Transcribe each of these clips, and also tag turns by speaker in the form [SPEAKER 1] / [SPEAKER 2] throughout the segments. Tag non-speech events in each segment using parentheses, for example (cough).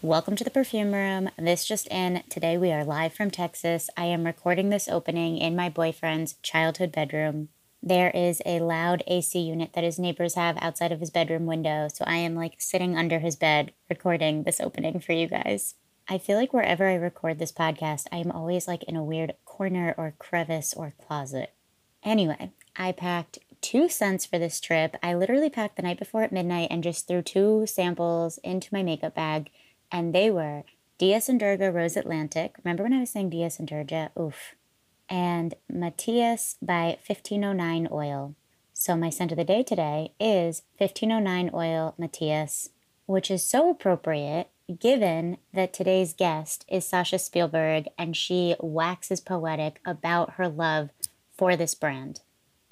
[SPEAKER 1] Welcome to the Perfume Room. This just in. Today we are live from Texas. I am recording this opening in my boyfriend's childhood bedroom. There is a loud AC unit that his neighbors have outside of his bedroom window, so I am like sitting under his bed recording this opening for you guys. I feel like wherever I record this podcast, I am always like in a weird corner or crevice or closet. Anyway, I packed two cents for this trip. I literally packed the night before at midnight and just threw two samples into my makeup bag and they were Diaz and Durga Rose Atlantic. Remember when I was saying Diaz and Durga? Oof. And Matthias by 1509 Oil. So my scent of the day today is 1509 Oil Matthias, which is so appropriate given that today's guest is Sasha Spielberg and she waxes poetic about her love for this brand.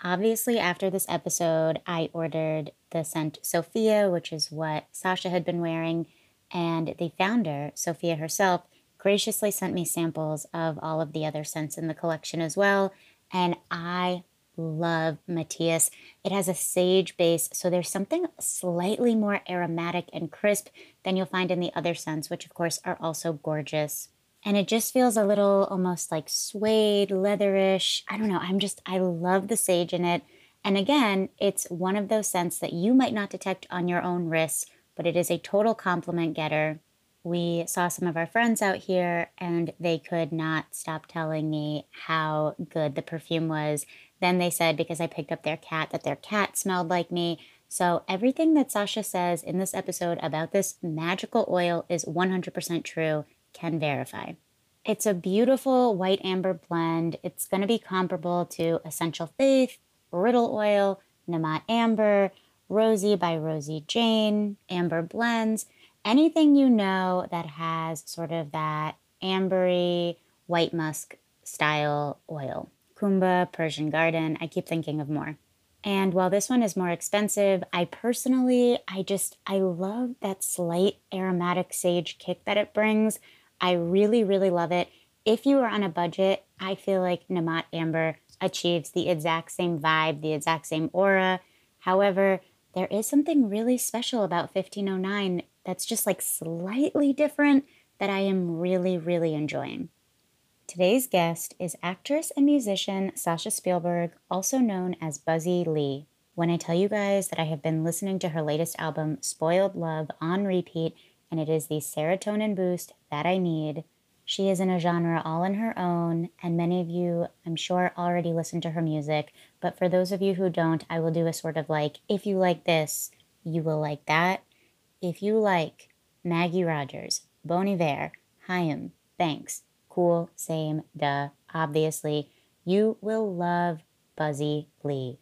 [SPEAKER 1] Obviously, after this episode, I ordered the scent Sophia, which is what Sasha had been wearing and the founder, Sophia herself, graciously sent me samples of all of the other scents in the collection as well. And I love Matthias. It has a sage base, so there's something slightly more aromatic and crisp than you'll find in the other scents, which of course are also gorgeous. And it just feels a little almost like suede, leatherish. I don't know. I'm just, I love the sage in it. And again, it's one of those scents that you might not detect on your own wrists but it is a total compliment getter. We saw some of our friends out here and they could not stop telling me how good the perfume was. Then they said, because I picked up their cat, that their cat smelled like me. So, everything that Sasha says in this episode about this magical oil is 100% true, can verify. It's a beautiful white amber blend. It's going to be comparable to Essential Faith, Riddle Oil, Namat Amber, Rosie by Rosie Jane, Amber Blends, anything you know that has sort of that ambery white musk style oil. Kumba, Persian Garden, I keep thinking of more. And while this one is more expensive, I personally, I just, I love that slight aromatic sage kick that it brings. I really, really love it. If you are on a budget, I feel like Namat Amber achieves the exact same vibe, the exact same aura. However, there is something really special about 1509 that's just like slightly different that I am really, really enjoying. Today's guest is actress and musician Sasha Spielberg, also known as Buzzy Lee. When I tell you guys that I have been listening to her latest album, Spoiled Love, on repeat, and it is the serotonin boost that I need, she is in a genre all on her own, and many of you, I'm sure, already listen to her music. But for those of you who don't, I will do a sort of like, if you like this, you will like that. If you like Maggie Rogers, Bon Iver, Haim, Banks, Cool, Same, Duh, obviously, you will love Buzzy Lee.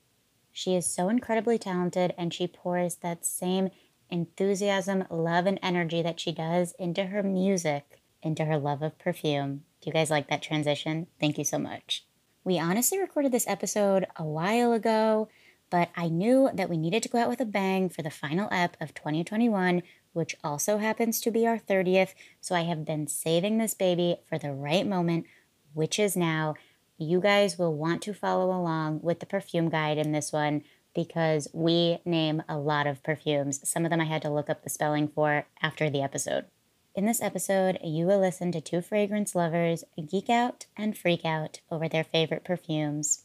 [SPEAKER 1] She is so incredibly talented, and she pours that same enthusiasm, love, and energy that she does into her music into her love of perfume. Do you guys like that transition? Thank you so much. We honestly recorded this episode a while ago, but I knew that we needed to go out with a bang for the final ep of 2021, which also happens to be our 30th. So I have been saving this baby for the right moment, which is now. You guys will want to follow along with the perfume guide in this one because we name a lot of perfumes. Some of them I had to look up the spelling for after the episode. In this episode, you will listen to two fragrance lovers geek out and freak out over their favorite perfumes.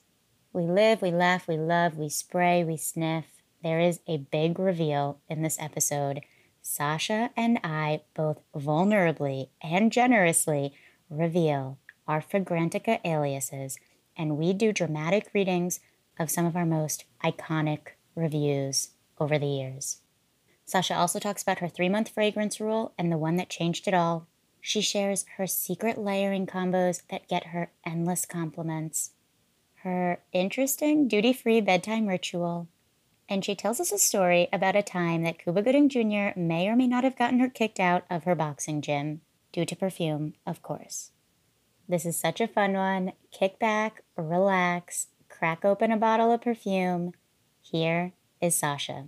[SPEAKER 1] We live, we laugh, we love, we spray, we sniff. There is a big reveal in this episode. Sasha and I both vulnerably and generously reveal our Fragrantica aliases, and we do dramatic readings of some of our most iconic reviews over the years. Sasha also talks about her three month fragrance rule and the one that changed it all. She shares her secret layering combos that get her endless compliments, her interesting duty free bedtime ritual, and she tells us a story about a time that Cuba Gooding Jr. may or may not have gotten her kicked out of her boxing gym, due to perfume, of course. This is such a fun one. Kick back, relax, crack open a bottle of perfume. Here is Sasha.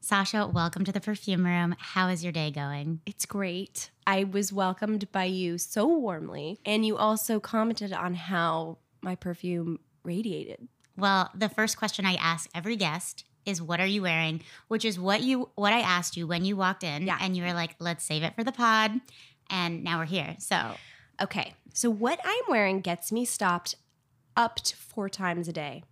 [SPEAKER 1] Sasha, welcome to the perfume room. How is your day going?
[SPEAKER 2] It's great. I was welcomed by you so warmly, and you also commented on how my perfume radiated.
[SPEAKER 1] Well, the first question I ask every guest is what are you wearing, which is what you what I asked you when you walked in
[SPEAKER 2] Yeah.
[SPEAKER 1] and you were like, "Let's save it for the pod." And now we're here. So,
[SPEAKER 2] Okay, so what I'm wearing gets me stopped up to four times a day.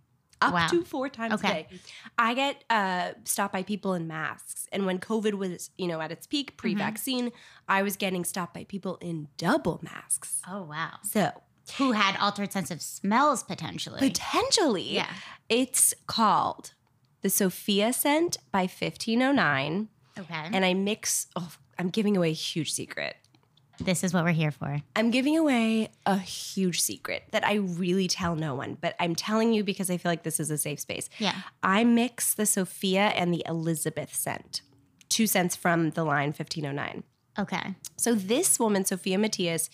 [SPEAKER 2] Up
[SPEAKER 1] Wow.
[SPEAKER 2] to four times
[SPEAKER 1] Okay.
[SPEAKER 2] a day. I get uh, stopped by people in masks. And when COVID was, you know, at its
[SPEAKER 1] Mm-hmm.
[SPEAKER 2] peak pre-vaccine, I was getting stopped by people in double masks.
[SPEAKER 1] oh wow.
[SPEAKER 2] So
[SPEAKER 1] Who had altered sense of smells potentially?
[SPEAKER 2] potentially,
[SPEAKER 1] Yeah.
[SPEAKER 2] it's called the Sophia scent by 1509.
[SPEAKER 1] okay.
[SPEAKER 2] And I mix, oh, I'm giving away a huge secret.
[SPEAKER 1] this is what we're here for.
[SPEAKER 2] I'm giving away a huge secret that I really tell no one, but I'm telling you because I feel like this is a safe space.
[SPEAKER 1] Yeah.
[SPEAKER 2] I mix the Sophia and the Elizabeth scent, two scents from the line 1509.
[SPEAKER 1] Okay.
[SPEAKER 2] So this woman, Sophia Matias,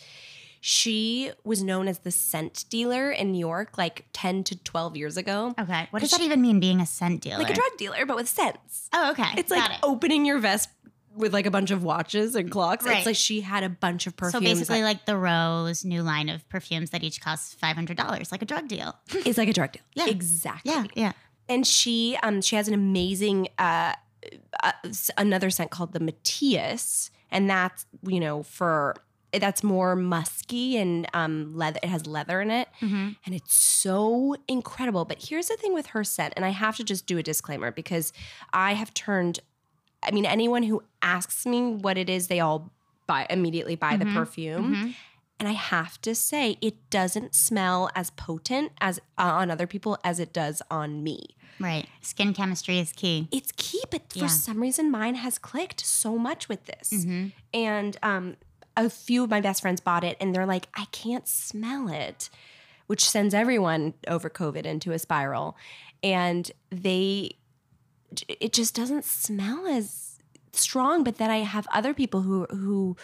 [SPEAKER 2] she was known as the scent dealer in New York like 10 to 12 years ago.
[SPEAKER 1] Okay. What does that even mean being a scent dealer?
[SPEAKER 2] Like a drug dealer, but with scents.
[SPEAKER 1] oh, okay.
[SPEAKER 2] It's
[SPEAKER 1] Got
[SPEAKER 2] like
[SPEAKER 1] it.
[SPEAKER 2] opening your vest with like a bunch of watches and clocks.
[SPEAKER 1] Right.
[SPEAKER 2] It's like she had a bunch of
[SPEAKER 1] so
[SPEAKER 2] perfumes.
[SPEAKER 1] basically like the Rose new line of perfumes that each costs $500 like a drug deal.
[SPEAKER 2] it's like a drug deal.
[SPEAKER 1] Yeah.
[SPEAKER 2] Exactly.
[SPEAKER 1] Yeah, yeah.
[SPEAKER 2] and she um she has an amazing uh, uh s- another scent called the Matthias, and that's you know for that's more musky and um leather. It has leather in it,
[SPEAKER 1] Mm-hmm.
[SPEAKER 2] and it's so incredible. But here's the thing with her scent, and I have to just do a disclaimer because I have turned. I mean, anyone who asks me what it is, they all buy immediately buy the
[SPEAKER 1] Mm-hmm.
[SPEAKER 2] perfume. And I have to say, it doesn't smell as potent as uh, on other people as it does on me
[SPEAKER 1] Right. Skin chemistry is key.
[SPEAKER 2] it's key, but for
[SPEAKER 1] Yeah.
[SPEAKER 2] some reason mine has clicked so much with this. And um, a few of my best friends bought it and they're like, I can't smell it, which sends everyone over COVID into a spiral. And they, it just doesn't smell as strong. But then I have other people who, who,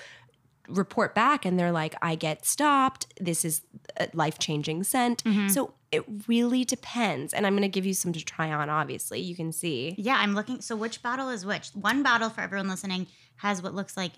[SPEAKER 2] report back and they're like i get stopped this is a life-changing scent so it really depends and i'm going to give you some to try on obviously you can see
[SPEAKER 1] Yeah, I'm looking. So which bottle is which? One bottle for everyone listening has what looks like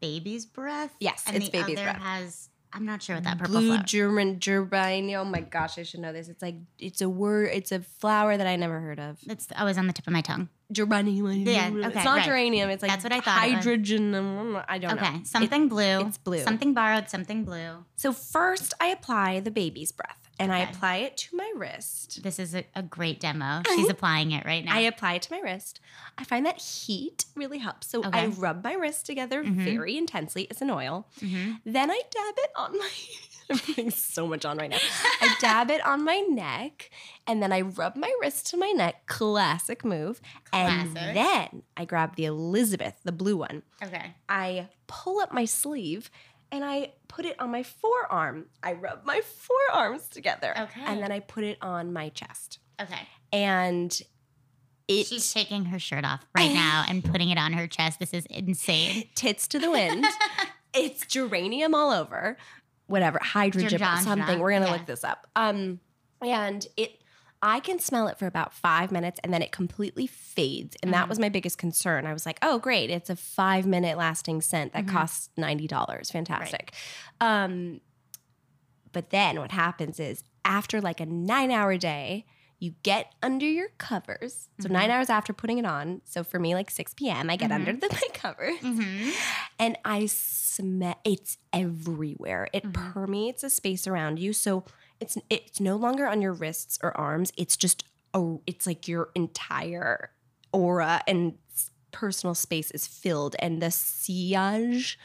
[SPEAKER 1] baby's breath.
[SPEAKER 2] Yes,
[SPEAKER 1] and
[SPEAKER 2] it's
[SPEAKER 1] the
[SPEAKER 2] baby's
[SPEAKER 1] other
[SPEAKER 2] breath.
[SPEAKER 1] has. I'm not sure what that purple
[SPEAKER 2] blue
[SPEAKER 1] flower.
[SPEAKER 2] German gerbine. Oh my gosh, I should know this. It's like it's a word. It's a flower that I never heard of.
[SPEAKER 1] That's always oh, on the tip of my tongue.
[SPEAKER 2] Geranium.
[SPEAKER 1] Yeah, okay,
[SPEAKER 2] it's not
[SPEAKER 1] right.
[SPEAKER 2] geranium. It's like
[SPEAKER 1] That's what I thought it was.
[SPEAKER 2] Hydrogen. um, I don't know.
[SPEAKER 1] Okay, something blue.
[SPEAKER 2] it's blue.
[SPEAKER 1] Something borrowed. Something blue.
[SPEAKER 2] So first, I apply the baby's breath, and I
[SPEAKER 1] Okay.
[SPEAKER 2] apply it to my wrist.
[SPEAKER 1] This is a, a great demo. She's applying it right now.
[SPEAKER 2] I apply it to my wrist. I find that heat really helps. So I
[SPEAKER 1] Okay. Mm-hmm.
[SPEAKER 2] rub my wrist together very intensely. It's an oil. Then I dab it on my. (laughs) I'm putting so much on right now.
[SPEAKER 1] (laughs)
[SPEAKER 2] I dab it on my neck, and then I rub my wrist to my neck. Classic move. And
[SPEAKER 1] Classic.
[SPEAKER 2] then I grab the Elizabeth, the blue one.
[SPEAKER 1] okay.
[SPEAKER 2] I pull up my sleeve and I put it on my forearm. I rub my forearms together.
[SPEAKER 1] Okay.
[SPEAKER 2] And then I put it on my chest.
[SPEAKER 1] Okay.
[SPEAKER 2] And it
[SPEAKER 1] She's taking her shirt off right now and putting it on her chest. This is
[SPEAKER 2] (laughs)
[SPEAKER 1] insane.
[SPEAKER 2] tits to the wind. it's geranium all over. Whatever, hydrogen
[SPEAKER 1] Geranium.
[SPEAKER 2] something. We're gonna
[SPEAKER 1] Yeah.
[SPEAKER 2] look this up. Um, and it, I can smell it for about five minutes, and then it completely fades. And that was my biggest concern. I was like, oh great, it's a five minute lasting scent that costs ninety dollars. Fantastic. Um, but then what happens is after like a nine hour day. You get under your covers. So, nine hours after putting it on. So, for me, like 6 p.m., I get under the, (laughs) my covers
[SPEAKER 1] Mm-hmm.
[SPEAKER 2] and I smell it's everywhere. It permeates a space around you. So it's it's no longer on your wrists or arms. It's just a, it's like your entire aura and s- personal space is filled and the sillage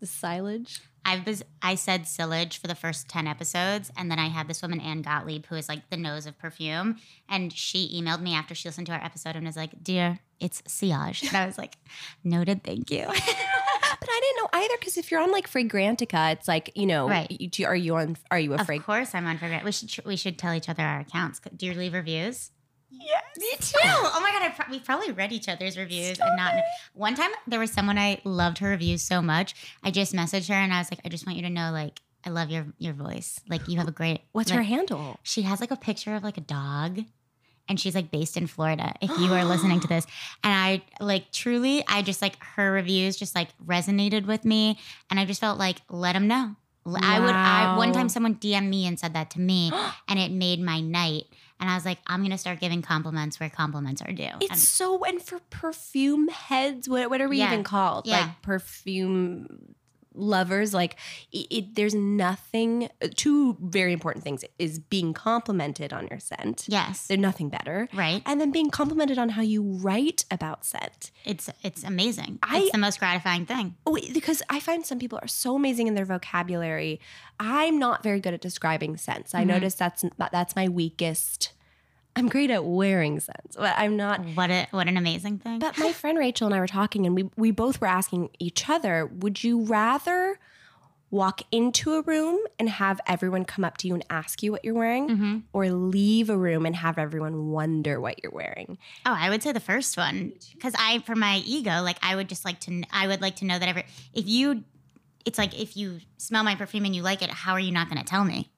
[SPEAKER 2] the silage
[SPEAKER 1] I've bes- I said sillage for the first 10 episodes and then I had this woman Anne Gottlieb who is like the nose of perfume and she emailed me after she listened to our episode and was like, "Dear, it's sillage." And I was like, "Noted, thank (laughs) you."
[SPEAKER 2] Ah, but I didn't know either because if you're on like Fragrantica, it's like you know,
[SPEAKER 1] Right.
[SPEAKER 2] you, do, are you on? Are you a
[SPEAKER 1] of
[SPEAKER 2] frag?
[SPEAKER 1] course I'm on for grant. We should tr- we should tell each other our accounts. C- Do you leave reviews?
[SPEAKER 2] Yes,
[SPEAKER 1] Me (laughs) too. Oh my god, I pro- we probably read each other's reviews and not. One time there was someone I loved her reviews so much. I just messaged her and I was like, "I just want you to know like I love your your voice. Like you have a great
[SPEAKER 2] What's
[SPEAKER 1] like,
[SPEAKER 2] her handle?
[SPEAKER 1] She has like a picture of like a dog and she's like based in Florida. If you
[SPEAKER 2] (gasps)
[SPEAKER 1] are listening to this, and I like truly, I just like her reviews just like resonated with me, and I just felt like let them know. L- I would. I one
[SPEAKER 2] Wow.
[SPEAKER 1] time someone DM'd me and said that to
[SPEAKER 2] (gasps)
[SPEAKER 1] me, and it made my night. And I was like, I'm gonna start giving compliments where compliments are due.
[SPEAKER 2] It's
[SPEAKER 1] and,
[SPEAKER 2] so and for perfume heads, what what are we
[SPEAKER 1] Yeah.
[SPEAKER 2] even called?
[SPEAKER 1] Yeah.
[SPEAKER 2] Like perfume lovers. Like it, it, there's nothing. Two very important things is being complimented on your scent.
[SPEAKER 1] yes,
[SPEAKER 2] There's nothing better.
[SPEAKER 1] right.
[SPEAKER 2] And then being complimented on how you write about scent.
[SPEAKER 1] It's it's amazing.
[SPEAKER 2] I-
[SPEAKER 1] it's the most gratifying thing.
[SPEAKER 2] Oh, wait, because I find some people are so amazing in their vocabulary. I'm not very good at describing scents. I
[SPEAKER 1] Mhm.
[SPEAKER 2] notice that's that's my weakest. I'm great at wearing scents, but I'm not
[SPEAKER 1] What a what an amazing thing.
[SPEAKER 2] But my friend Rachel and I were talking, and we, we both were asking each other, would you rather walk into a room and have everyone come up to you and ask you what you're wearing,
[SPEAKER 1] Mhm.
[SPEAKER 2] or leave a room and have everyone wonder what you're wearing?
[SPEAKER 1] Oh, I would say the first one because I, for my ego, like I would just like to, kn- I would like to know that every, if you, it's like if you smell my perfume and you like it, how are you not going to tell me?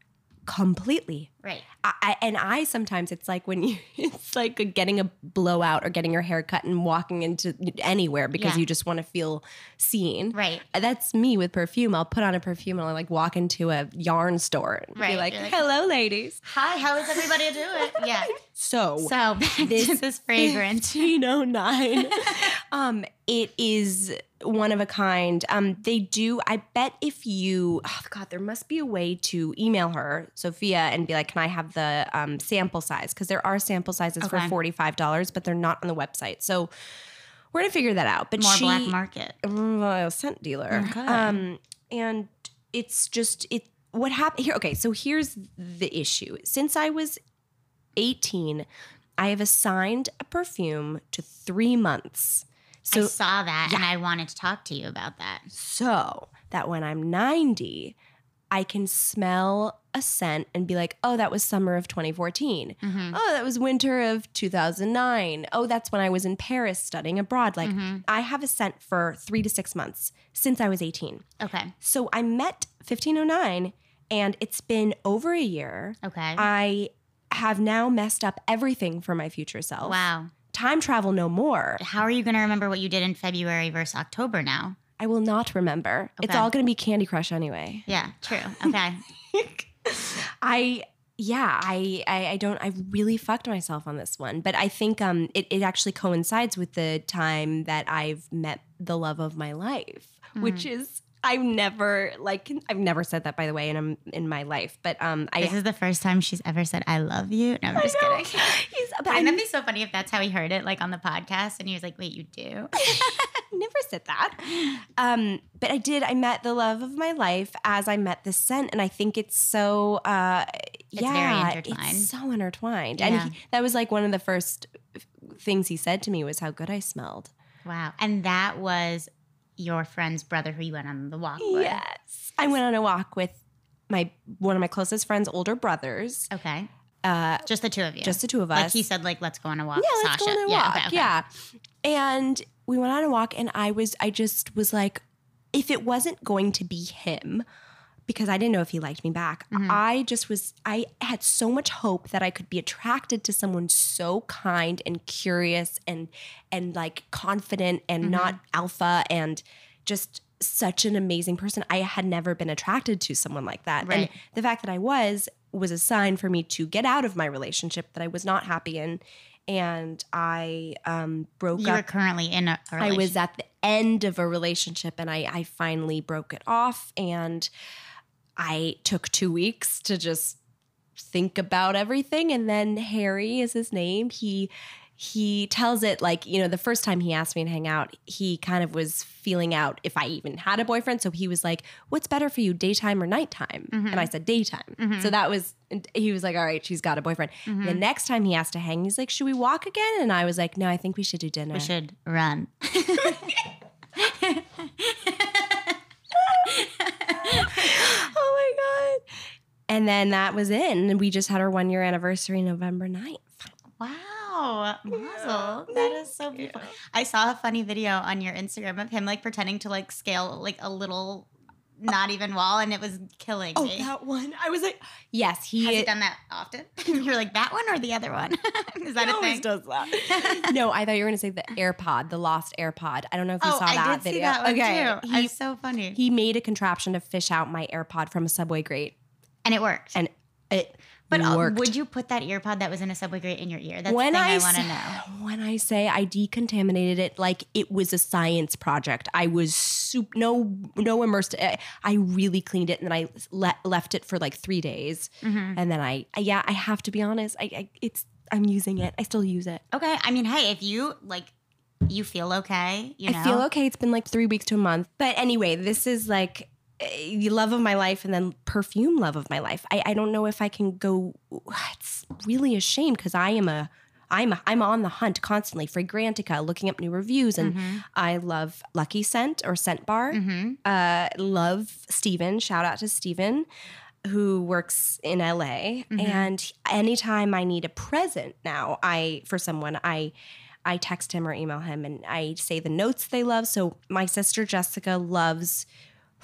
[SPEAKER 2] Completely.
[SPEAKER 1] Right.
[SPEAKER 2] I, I, and I sometimes it's like when you (laughs) it's like getting a blowout or getting your hair cut and walking into anywhere because
[SPEAKER 1] Yeah.
[SPEAKER 2] you just want to feel seen.
[SPEAKER 1] Right.
[SPEAKER 2] That's me with perfume. I'll put on a perfume and I'll like walk into a yarn store and
[SPEAKER 1] Right.
[SPEAKER 2] be like,
[SPEAKER 1] You're like-
[SPEAKER 2] "Hello, ladies."
[SPEAKER 1] Hi, how is everybody
[SPEAKER 2] (laughs)
[SPEAKER 1] doing? Yeah.
[SPEAKER 2] So
[SPEAKER 1] So (laughs) back to
[SPEAKER 2] This-
[SPEAKER 1] this (laughs)
[SPEAKER 2] (laughs)
[SPEAKER 1] fragrance.
[SPEAKER 2] 1509. (laughs) um, it is one of a kind. Um, they do, I bet if you, oh God, there must be a way to email her, Sophia, and be like, can I have the um, sample size? Because there are sample sizes
[SPEAKER 1] Okay.
[SPEAKER 2] for $45, but they're not on the website. So we're going to figure that out. But
[SPEAKER 1] More
[SPEAKER 2] she,
[SPEAKER 1] black market.
[SPEAKER 2] uh, scent dealer.
[SPEAKER 1] Okay.
[SPEAKER 2] Um, and it's just it. What happened here? Okay, so here's the issue. Since I was 18, I have assigned a perfume to three months.
[SPEAKER 1] I
[SPEAKER 2] So
[SPEAKER 1] saw that and I wanted to talk to you about that.
[SPEAKER 2] so that when I'm 90, I can smell a scent and be like, oh, that was summer of 2014.
[SPEAKER 1] Mm-hmm.
[SPEAKER 2] Oh, that was winter of 2009. Oh, that's when I was in Paris studying abroad. Like,
[SPEAKER 1] Mhm.
[SPEAKER 2] I have a scent for three to six months since I was 18.
[SPEAKER 1] Okay.
[SPEAKER 2] So I met 1509, and it's been over a year.
[SPEAKER 1] Okay.
[SPEAKER 2] I have now messed up everything for my future self.
[SPEAKER 1] wow.
[SPEAKER 2] Time travel no more.
[SPEAKER 1] How are you going to remember what you did in February versus October now?
[SPEAKER 2] I will not remember. It's
[SPEAKER 1] Okay.
[SPEAKER 2] all going to be Candy Crush anyway. (laughs)
[SPEAKER 1] Yeah, true. Okay.
[SPEAKER 2] I yeah, I, I I don't I really fucked myself on this one, but I think um it, it actually coincides with the time that I've met the love of my life,
[SPEAKER 1] Hmm.
[SPEAKER 2] which is I've never like I've never said that by the way in um, in my life, but um (laughs) I
[SPEAKER 1] this is the first time she's ever said, I love you. No, I'm just
[SPEAKER 2] know.
[SPEAKER 1] kidding.
[SPEAKER 2] He's- but I
[SPEAKER 1] Wouldn't that
[SPEAKER 2] (laughs) never
[SPEAKER 1] be so funny if that's how he heard it, like on the podcast, and he was like, "Wait, you
[SPEAKER 2] (laughs)
[SPEAKER 1] do?"
[SPEAKER 2] said that. Um, but I did. I met the love of my life as I met the scent, and I think it's so. Uh,
[SPEAKER 1] It's
[SPEAKER 2] yeah,
[SPEAKER 1] very intertwined.
[SPEAKER 2] It's so intertwined,
[SPEAKER 1] Yeah.
[SPEAKER 2] and he, that was like one of the first things he said to me was how good I smelled.
[SPEAKER 1] Wow! And that was your friend's brother who you went on the walk with.
[SPEAKER 2] Yes, I went on a walk with my one of my closest friends' older brothers.
[SPEAKER 1] Okay.
[SPEAKER 2] Uh,
[SPEAKER 1] Just the two of you.
[SPEAKER 2] Just the two of us.
[SPEAKER 1] like he said, like let's go on a walk.
[SPEAKER 2] Yeah, let's
[SPEAKER 1] Sasha.
[SPEAKER 2] go on a
[SPEAKER 1] yeah,
[SPEAKER 2] walk.
[SPEAKER 1] okay, okay.
[SPEAKER 2] Yeah. And we went on a walk and I was I just was like, if it wasn't going to be him, because I didn't know if he liked me back,
[SPEAKER 1] Mhm.
[SPEAKER 2] I just was I had so much hope that I could be attracted to someone so kind and curious and and like confident and
[SPEAKER 1] Mhm.
[SPEAKER 2] not alpha and just such an amazing person. I had never been attracted to someone like that. And
[SPEAKER 1] Right.
[SPEAKER 2] the fact that I was was a sign for me to get out of my relationship that I was not happy in. And I um, broke
[SPEAKER 1] You were
[SPEAKER 2] up.
[SPEAKER 1] currently in a. a
[SPEAKER 2] I was at the end of a relationship and I, I finally broke it off. And I took two weeks to just think about everything. And then Harry is his name. He he tells it like, you know, the first time he asked me to hang out, he kind of was feeling out if I even had a boyfriend. So he was like, What's better for you, daytime or nighttime?
[SPEAKER 1] Mhm.
[SPEAKER 2] And I said, Daytime.
[SPEAKER 1] Mhm.
[SPEAKER 2] So that was, and he was like, All right, she's got a boyfriend.
[SPEAKER 1] Mhm.
[SPEAKER 2] The next time he asked to hang, he's like, Should we walk again? And I was like, No, I think we should do dinner.
[SPEAKER 1] We should
[SPEAKER 2] (laughs)
[SPEAKER 1] run. (laughs)
[SPEAKER 2] (laughs) oh my God. And then that was it. And we just had our one year anniversary November 9th.
[SPEAKER 1] Wow, Mazel.
[SPEAKER 2] Yeah,
[SPEAKER 1] That is so
[SPEAKER 2] thank
[SPEAKER 1] beautiful. I saw a funny video on your Instagram of him like pretending to like scale like a little not even wall, and it was killing
[SPEAKER 2] Oh,
[SPEAKER 1] me.
[SPEAKER 2] that one. I was like, yes, he
[SPEAKER 1] Has he done that often? (laughs) You're like that one or the other one? (laughs) Is that
[SPEAKER 2] he
[SPEAKER 1] a thing?
[SPEAKER 2] always does
[SPEAKER 1] (laughs)
[SPEAKER 2] that. no, I thought you were going to say the AirPod, the lost AirPod. I don't know if you
[SPEAKER 1] Oh,
[SPEAKER 2] saw
[SPEAKER 1] I
[SPEAKER 2] that
[SPEAKER 1] did
[SPEAKER 2] video.
[SPEAKER 1] see that one too.
[SPEAKER 2] He,
[SPEAKER 1] It's so funny,
[SPEAKER 2] he made a contraption to fish out my AirPod from a subway grate.
[SPEAKER 1] and it worked.
[SPEAKER 2] And it
[SPEAKER 1] but uh,
[SPEAKER 2] worked.
[SPEAKER 1] would you put that ear pod that was in a subway grate in your ear? That's
[SPEAKER 2] when
[SPEAKER 1] the thing I,
[SPEAKER 2] I,
[SPEAKER 1] want to
[SPEAKER 2] say-
[SPEAKER 1] know.
[SPEAKER 2] When I say I decontaminated it, like it was a science project. I was soup, no, no immersed. I I really cleaned it, and then I le- left it for like three days,
[SPEAKER 1] Mhm.
[SPEAKER 2] and then I, I- yeah, I have to be honest. I, I, it's, I'm using it. I still use it.
[SPEAKER 1] Okay, I mean, hey, if you like, you feel okay, you know.
[SPEAKER 2] I feel okay. It's been like three weeks to a month. But anyway, this is like eh, the love of my life and then perfume love of my life. I, I don't know if I can go. It's really a shame because I am a. I'm I'm on the hunt constantly for Grantica, looking up new reviews, and
[SPEAKER 1] Mm-hmm.
[SPEAKER 2] I love Lucky Scent or Scent Bar.
[SPEAKER 1] hmm
[SPEAKER 2] Uh, love Steven. Shout out to Steven, who works in LA.
[SPEAKER 1] Mhm.
[SPEAKER 2] And anytime I need a present now, I for someone, I I text him or email him and I say the notes they love. So my sister Jessica loves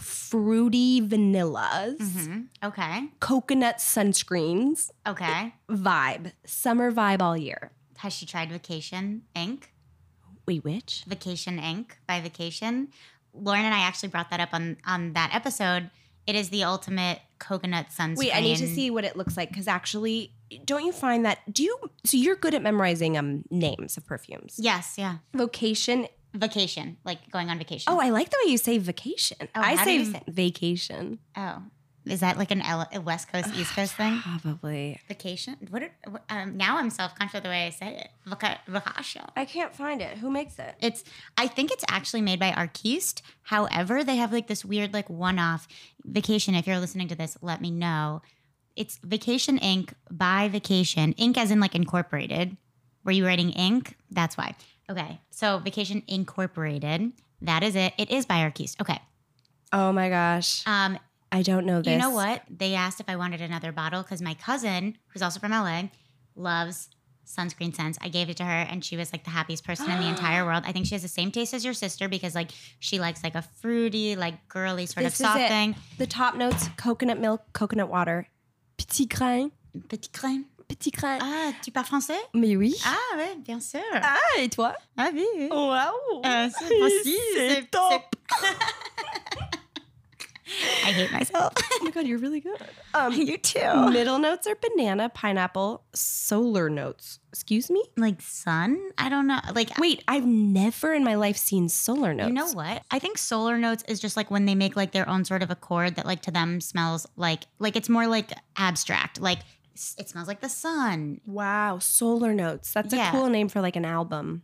[SPEAKER 2] fruity vanillas,
[SPEAKER 1] hmm Okay.
[SPEAKER 2] coconut sunscreens,
[SPEAKER 1] Okay.
[SPEAKER 2] vibe, summer vibe all year.
[SPEAKER 1] Has she tried Vacation Inc?
[SPEAKER 2] Wait, which?
[SPEAKER 1] Vacation Inc. by Vacation. Lauren and I actually brought that up on on that episode. It is the ultimate coconut sunscreen.
[SPEAKER 2] Wait, I need to see what it looks like because actually, don't you find that? Do you? So you're good at memorizing um names of perfumes.
[SPEAKER 1] Yes, yeah.
[SPEAKER 2] Vocation.
[SPEAKER 1] Vacation, like going on vacation.
[SPEAKER 2] Oh, I like the way you say vacation.
[SPEAKER 1] Oh,
[SPEAKER 2] I
[SPEAKER 1] how do
[SPEAKER 2] say,
[SPEAKER 1] you say-
[SPEAKER 2] vacation.
[SPEAKER 1] oh. Is that like an L- a West Coast East
[SPEAKER 2] (sighs)
[SPEAKER 1] Coast thing?
[SPEAKER 2] Probably.
[SPEAKER 1] Vacation. What? Are, what- um, now I'm self conscious the way I say it. Vaca- Vacation.
[SPEAKER 2] I can't find it. Who makes it?
[SPEAKER 1] It's I think it's actually made by Arquiste. However, they have like this weird like one-off vacation. If you're listening to this, let me know. It's Vacation Inc. by Vacation Inc. as in like incorporated. Were you writing Inc.? That's why. Okay, so Vacation Incorporated. That is it. It is by Arquiste. Okay.
[SPEAKER 2] Oh my gosh.
[SPEAKER 1] Um,
[SPEAKER 2] I don't know this.
[SPEAKER 1] you know what? They asked if I wanted another bottle because my cousin, who's also from LA, loves sunscreen scents. I gave it to her and she was like the happiest person (gasps) in the entire world. I think she has the same taste as your sister because like she likes like a fruity, like girly sort of
[SPEAKER 2] This is
[SPEAKER 1] soft
[SPEAKER 2] it.
[SPEAKER 1] thing.
[SPEAKER 2] The top notes coconut milk, coconut water. Petit grain.
[SPEAKER 1] Petit crème.
[SPEAKER 2] Petit grain.
[SPEAKER 1] Ah, tu parles français?
[SPEAKER 2] Mais oui.
[SPEAKER 1] Ah ouais, bien sûr.
[SPEAKER 2] Ah, et toi?
[SPEAKER 1] Ah oui. oui.
[SPEAKER 2] Wow.
[SPEAKER 1] Ah, c'est
[SPEAKER 2] (laughs)
[SPEAKER 1] possible, c'est-
[SPEAKER 2] top.
[SPEAKER 1] (laughs) I hate myself.
[SPEAKER 2] Oh my God, you're really good.
[SPEAKER 1] (laughs)
[SPEAKER 2] Um,
[SPEAKER 1] you too.
[SPEAKER 2] middle notes are banana, pineapple, solar notes. Excuse me?
[SPEAKER 1] Like sun? I don't know. Like
[SPEAKER 2] Wait, I've never in my life seen solar notes.
[SPEAKER 1] You know what? I think solar notes is just like when they make like their own sort of accord that like to them smells like like it's more like abstract. Like s- it smells like the sun.
[SPEAKER 2] Wow, Solar Notes. That's
[SPEAKER 1] Yeah.
[SPEAKER 2] a cool name for like an album.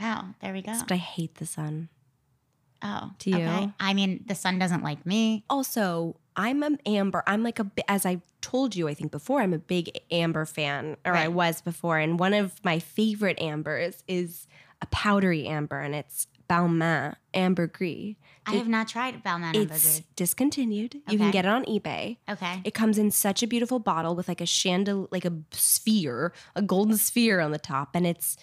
[SPEAKER 1] Wow, there we go.
[SPEAKER 2] Except I hate the sun.
[SPEAKER 1] Oh,
[SPEAKER 2] Do you?
[SPEAKER 1] okay. I mean, the sun doesn't like me.
[SPEAKER 2] Also, I'm an Amber. I'm like a bi- as I told you I think before, I'm a big Amber fan or I
[SPEAKER 1] Right.
[SPEAKER 2] was before and one of my favorite Ambers is a powdery amber and it's Balmain Ambergris.
[SPEAKER 1] I
[SPEAKER 2] It-
[SPEAKER 1] have not tried Balmain
[SPEAKER 2] It's
[SPEAKER 1] Ambergris.
[SPEAKER 2] discontinued. You can
[SPEAKER 1] Okay.
[SPEAKER 2] get it on eBay.
[SPEAKER 1] Okay.
[SPEAKER 2] It comes in such a beautiful bottle with like a chandel, like a sphere, a golden sphere on the top, and it's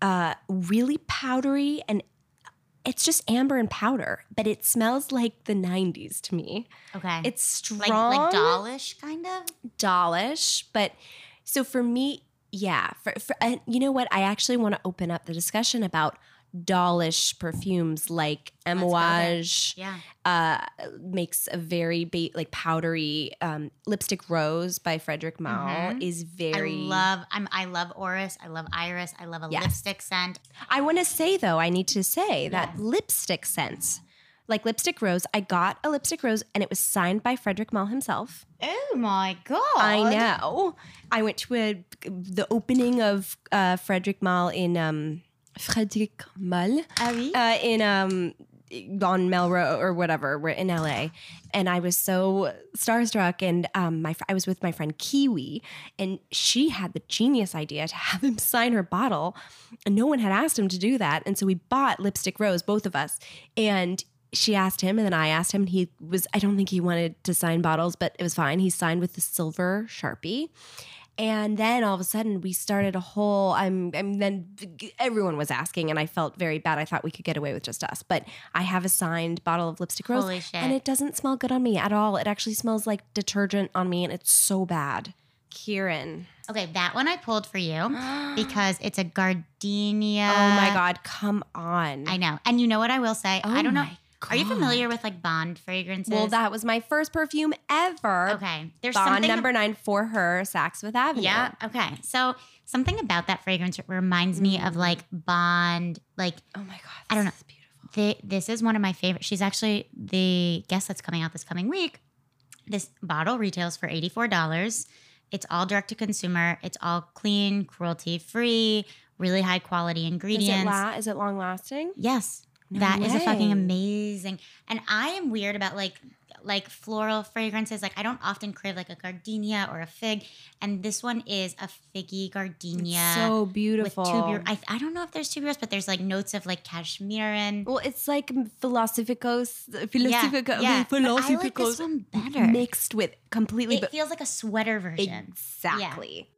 [SPEAKER 2] uh, really powdery and it's just amber and powder, but it smells like the '90s to me.
[SPEAKER 1] Okay.
[SPEAKER 2] It's strong,
[SPEAKER 1] Mm. like like dollish kind of.
[SPEAKER 2] dollish, but so for me, yeah. For, for and you know what, I actually want to open up the discussion about dollish perfumes like
[SPEAKER 1] go there.
[SPEAKER 2] Amouage
[SPEAKER 1] Yeah.
[SPEAKER 2] uh, makes a very ba- like powdery um, lipstick rose by Frederick Mall
[SPEAKER 1] Mhm.
[SPEAKER 2] is very.
[SPEAKER 1] I love I'm I love Oris. I love Iris. I love a
[SPEAKER 2] Yes.
[SPEAKER 1] lipstick scent.
[SPEAKER 2] I want to say though, I need to say that
[SPEAKER 1] Yes.
[SPEAKER 2] lipstick scents, like lipstick rose. I got a lipstick rose and it was signed by Frederick Mall himself.
[SPEAKER 1] Oh my god.
[SPEAKER 2] I know. I went to a, the opening of uh, Frederick Mall in um, Frederick Mall.
[SPEAKER 1] Ah, oui?
[SPEAKER 2] uh, in um on Melrose or whatever. We're in LA, and I was so starstruck. And um, my fr- I was with my friend Kiwi, and she had the genius idea to have him (laughs) sign her bottle, and no one had asked him to do that. And so we bought Lipstick Rose, both of us, and. She asked him, and then I asked him. and He was, I don't think he wanted to sign bottles, but it was fine. He signed with the silver Sharpie. And then all of a sudden we started a whole I'm I'm then everyone was asking and I felt very bad. I thought we could get away with just us. But I have a signed bottle of lipstick rose
[SPEAKER 1] Holy shit.
[SPEAKER 2] and it doesn't smell good on me at all. It actually smells like detergent on me and it's so bad.
[SPEAKER 1] (gasps)
[SPEAKER 2] Kieran.
[SPEAKER 1] Okay, that one I pulled for you because it's a gardenia.
[SPEAKER 2] oh my god, come on.
[SPEAKER 1] I know. And you know what I will say?
[SPEAKER 2] Oh
[SPEAKER 1] I don't know.
[SPEAKER 2] my
[SPEAKER 1] Are you
[SPEAKER 2] God.
[SPEAKER 1] familiar with like Bond fragrances?
[SPEAKER 2] Well, that was my first perfume ever.
[SPEAKER 1] Okay. There's
[SPEAKER 2] Bond
[SPEAKER 1] something
[SPEAKER 2] number nine for her, Saks Fifth Avenue.
[SPEAKER 1] Yeah. Okay. So something about that fragrance reminds me
[SPEAKER 2] Mm.
[SPEAKER 1] of like Bond. Like
[SPEAKER 2] Oh my god.
[SPEAKER 1] I don't
[SPEAKER 2] this is beautiful.
[SPEAKER 1] thi- this is one of my favorite. She's actually the guest that's coming out this coming week. This bottle retails for eighty four dollars. It's all direct to consumer. It's all clean, cruelty free, really high quality
[SPEAKER 2] Is it,
[SPEAKER 1] ingredients.
[SPEAKER 2] la- is it long lasting?
[SPEAKER 1] Yes.
[SPEAKER 2] No
[SPEAKER 1] that is a fucking
[SPEAKER 2] way.
[SPEAKER 1] amazing. And I am weird about like like floral fragrances. Like I don't often crave like a gardenia or a fig. And this one is a figgy gardenia.
[SPEAKER 2] So
[SPEAKER 1] with
[SPEAKER 2] beautiful.
[SPEAKER 1] tubular, I, I don't know if there's tuberose, but there's like notes of like cashmere and
[SPEAKER 2] well, it's like philosophicos,
[SPEAKER 1] yeah,
[SPEAKER 2] philosophico,
[SPEAKER 1] yeah. But I like this
[SPEAKER 2] philosophicos
[SPEAKER 1] one better.
[SPEAKER 2] mixed with completely.
[SPEAKER 1] it
[SPEAKER 2] but
[SPEAKER 1] feels like a sweater version.
[SPEAKER 2] exactly.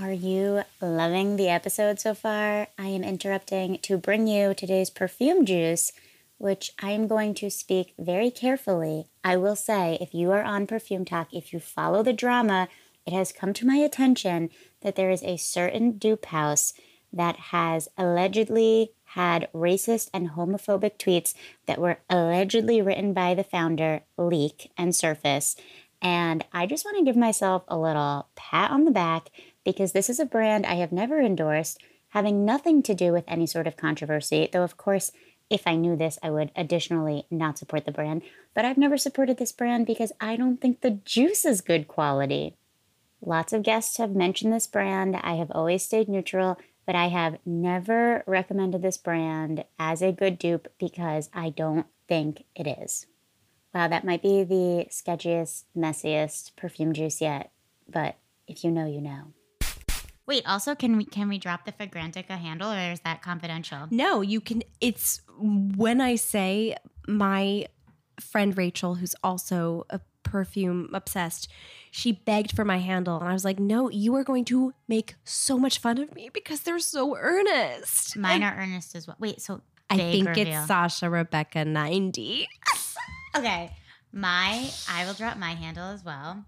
[SPEAKER 1] Are you loving the episode so far? I am interrupting to bring you today's perfume juice, which I am going to speak very carefully. I will say, if you are on Perfume Talk, if you follow the drama, it has come to my attention that there is a certain dupe house that has allegedly had racist and homophobic tweets that were allegedly written by the founder leak and surface. And I just want to give myself a little pat on the back because this is a brand I have never endorsed, having nothing to do with any sort of controversy. Though, of course, if I knew this, I would additionally not support the brand. But I've never supported this brand because I don't think the juice is good quality. Lots of guests have mentioned this brand. I have always stayed neutral, but I have never recommended this brand as a good dupe because I don't think it is. Wow, that might be the sketchiest, messiest perfume juice yet, but if you know, you know. Wait, also can we can we drop the Fragrantica handle or is that confidential?
[SPEAKER 2] No, you can. It's when I say my friend Rachel, who's also a perfume obsessed, she begged for my handle. And I was like, no, you are going to make so much fun of me because they're so earnest.
[SPEAKER 1] Mine are earnest as well. Wait, so
[SPEAKER 2] I
[SPEAKER 1] big
[SPEAKER 2] think
[SPEAKER 1] reveal.
[SPEAKER 2] it's Sasha Rebecca 90.
[SPEAKER 1] Okay. My I will drop my handle as well.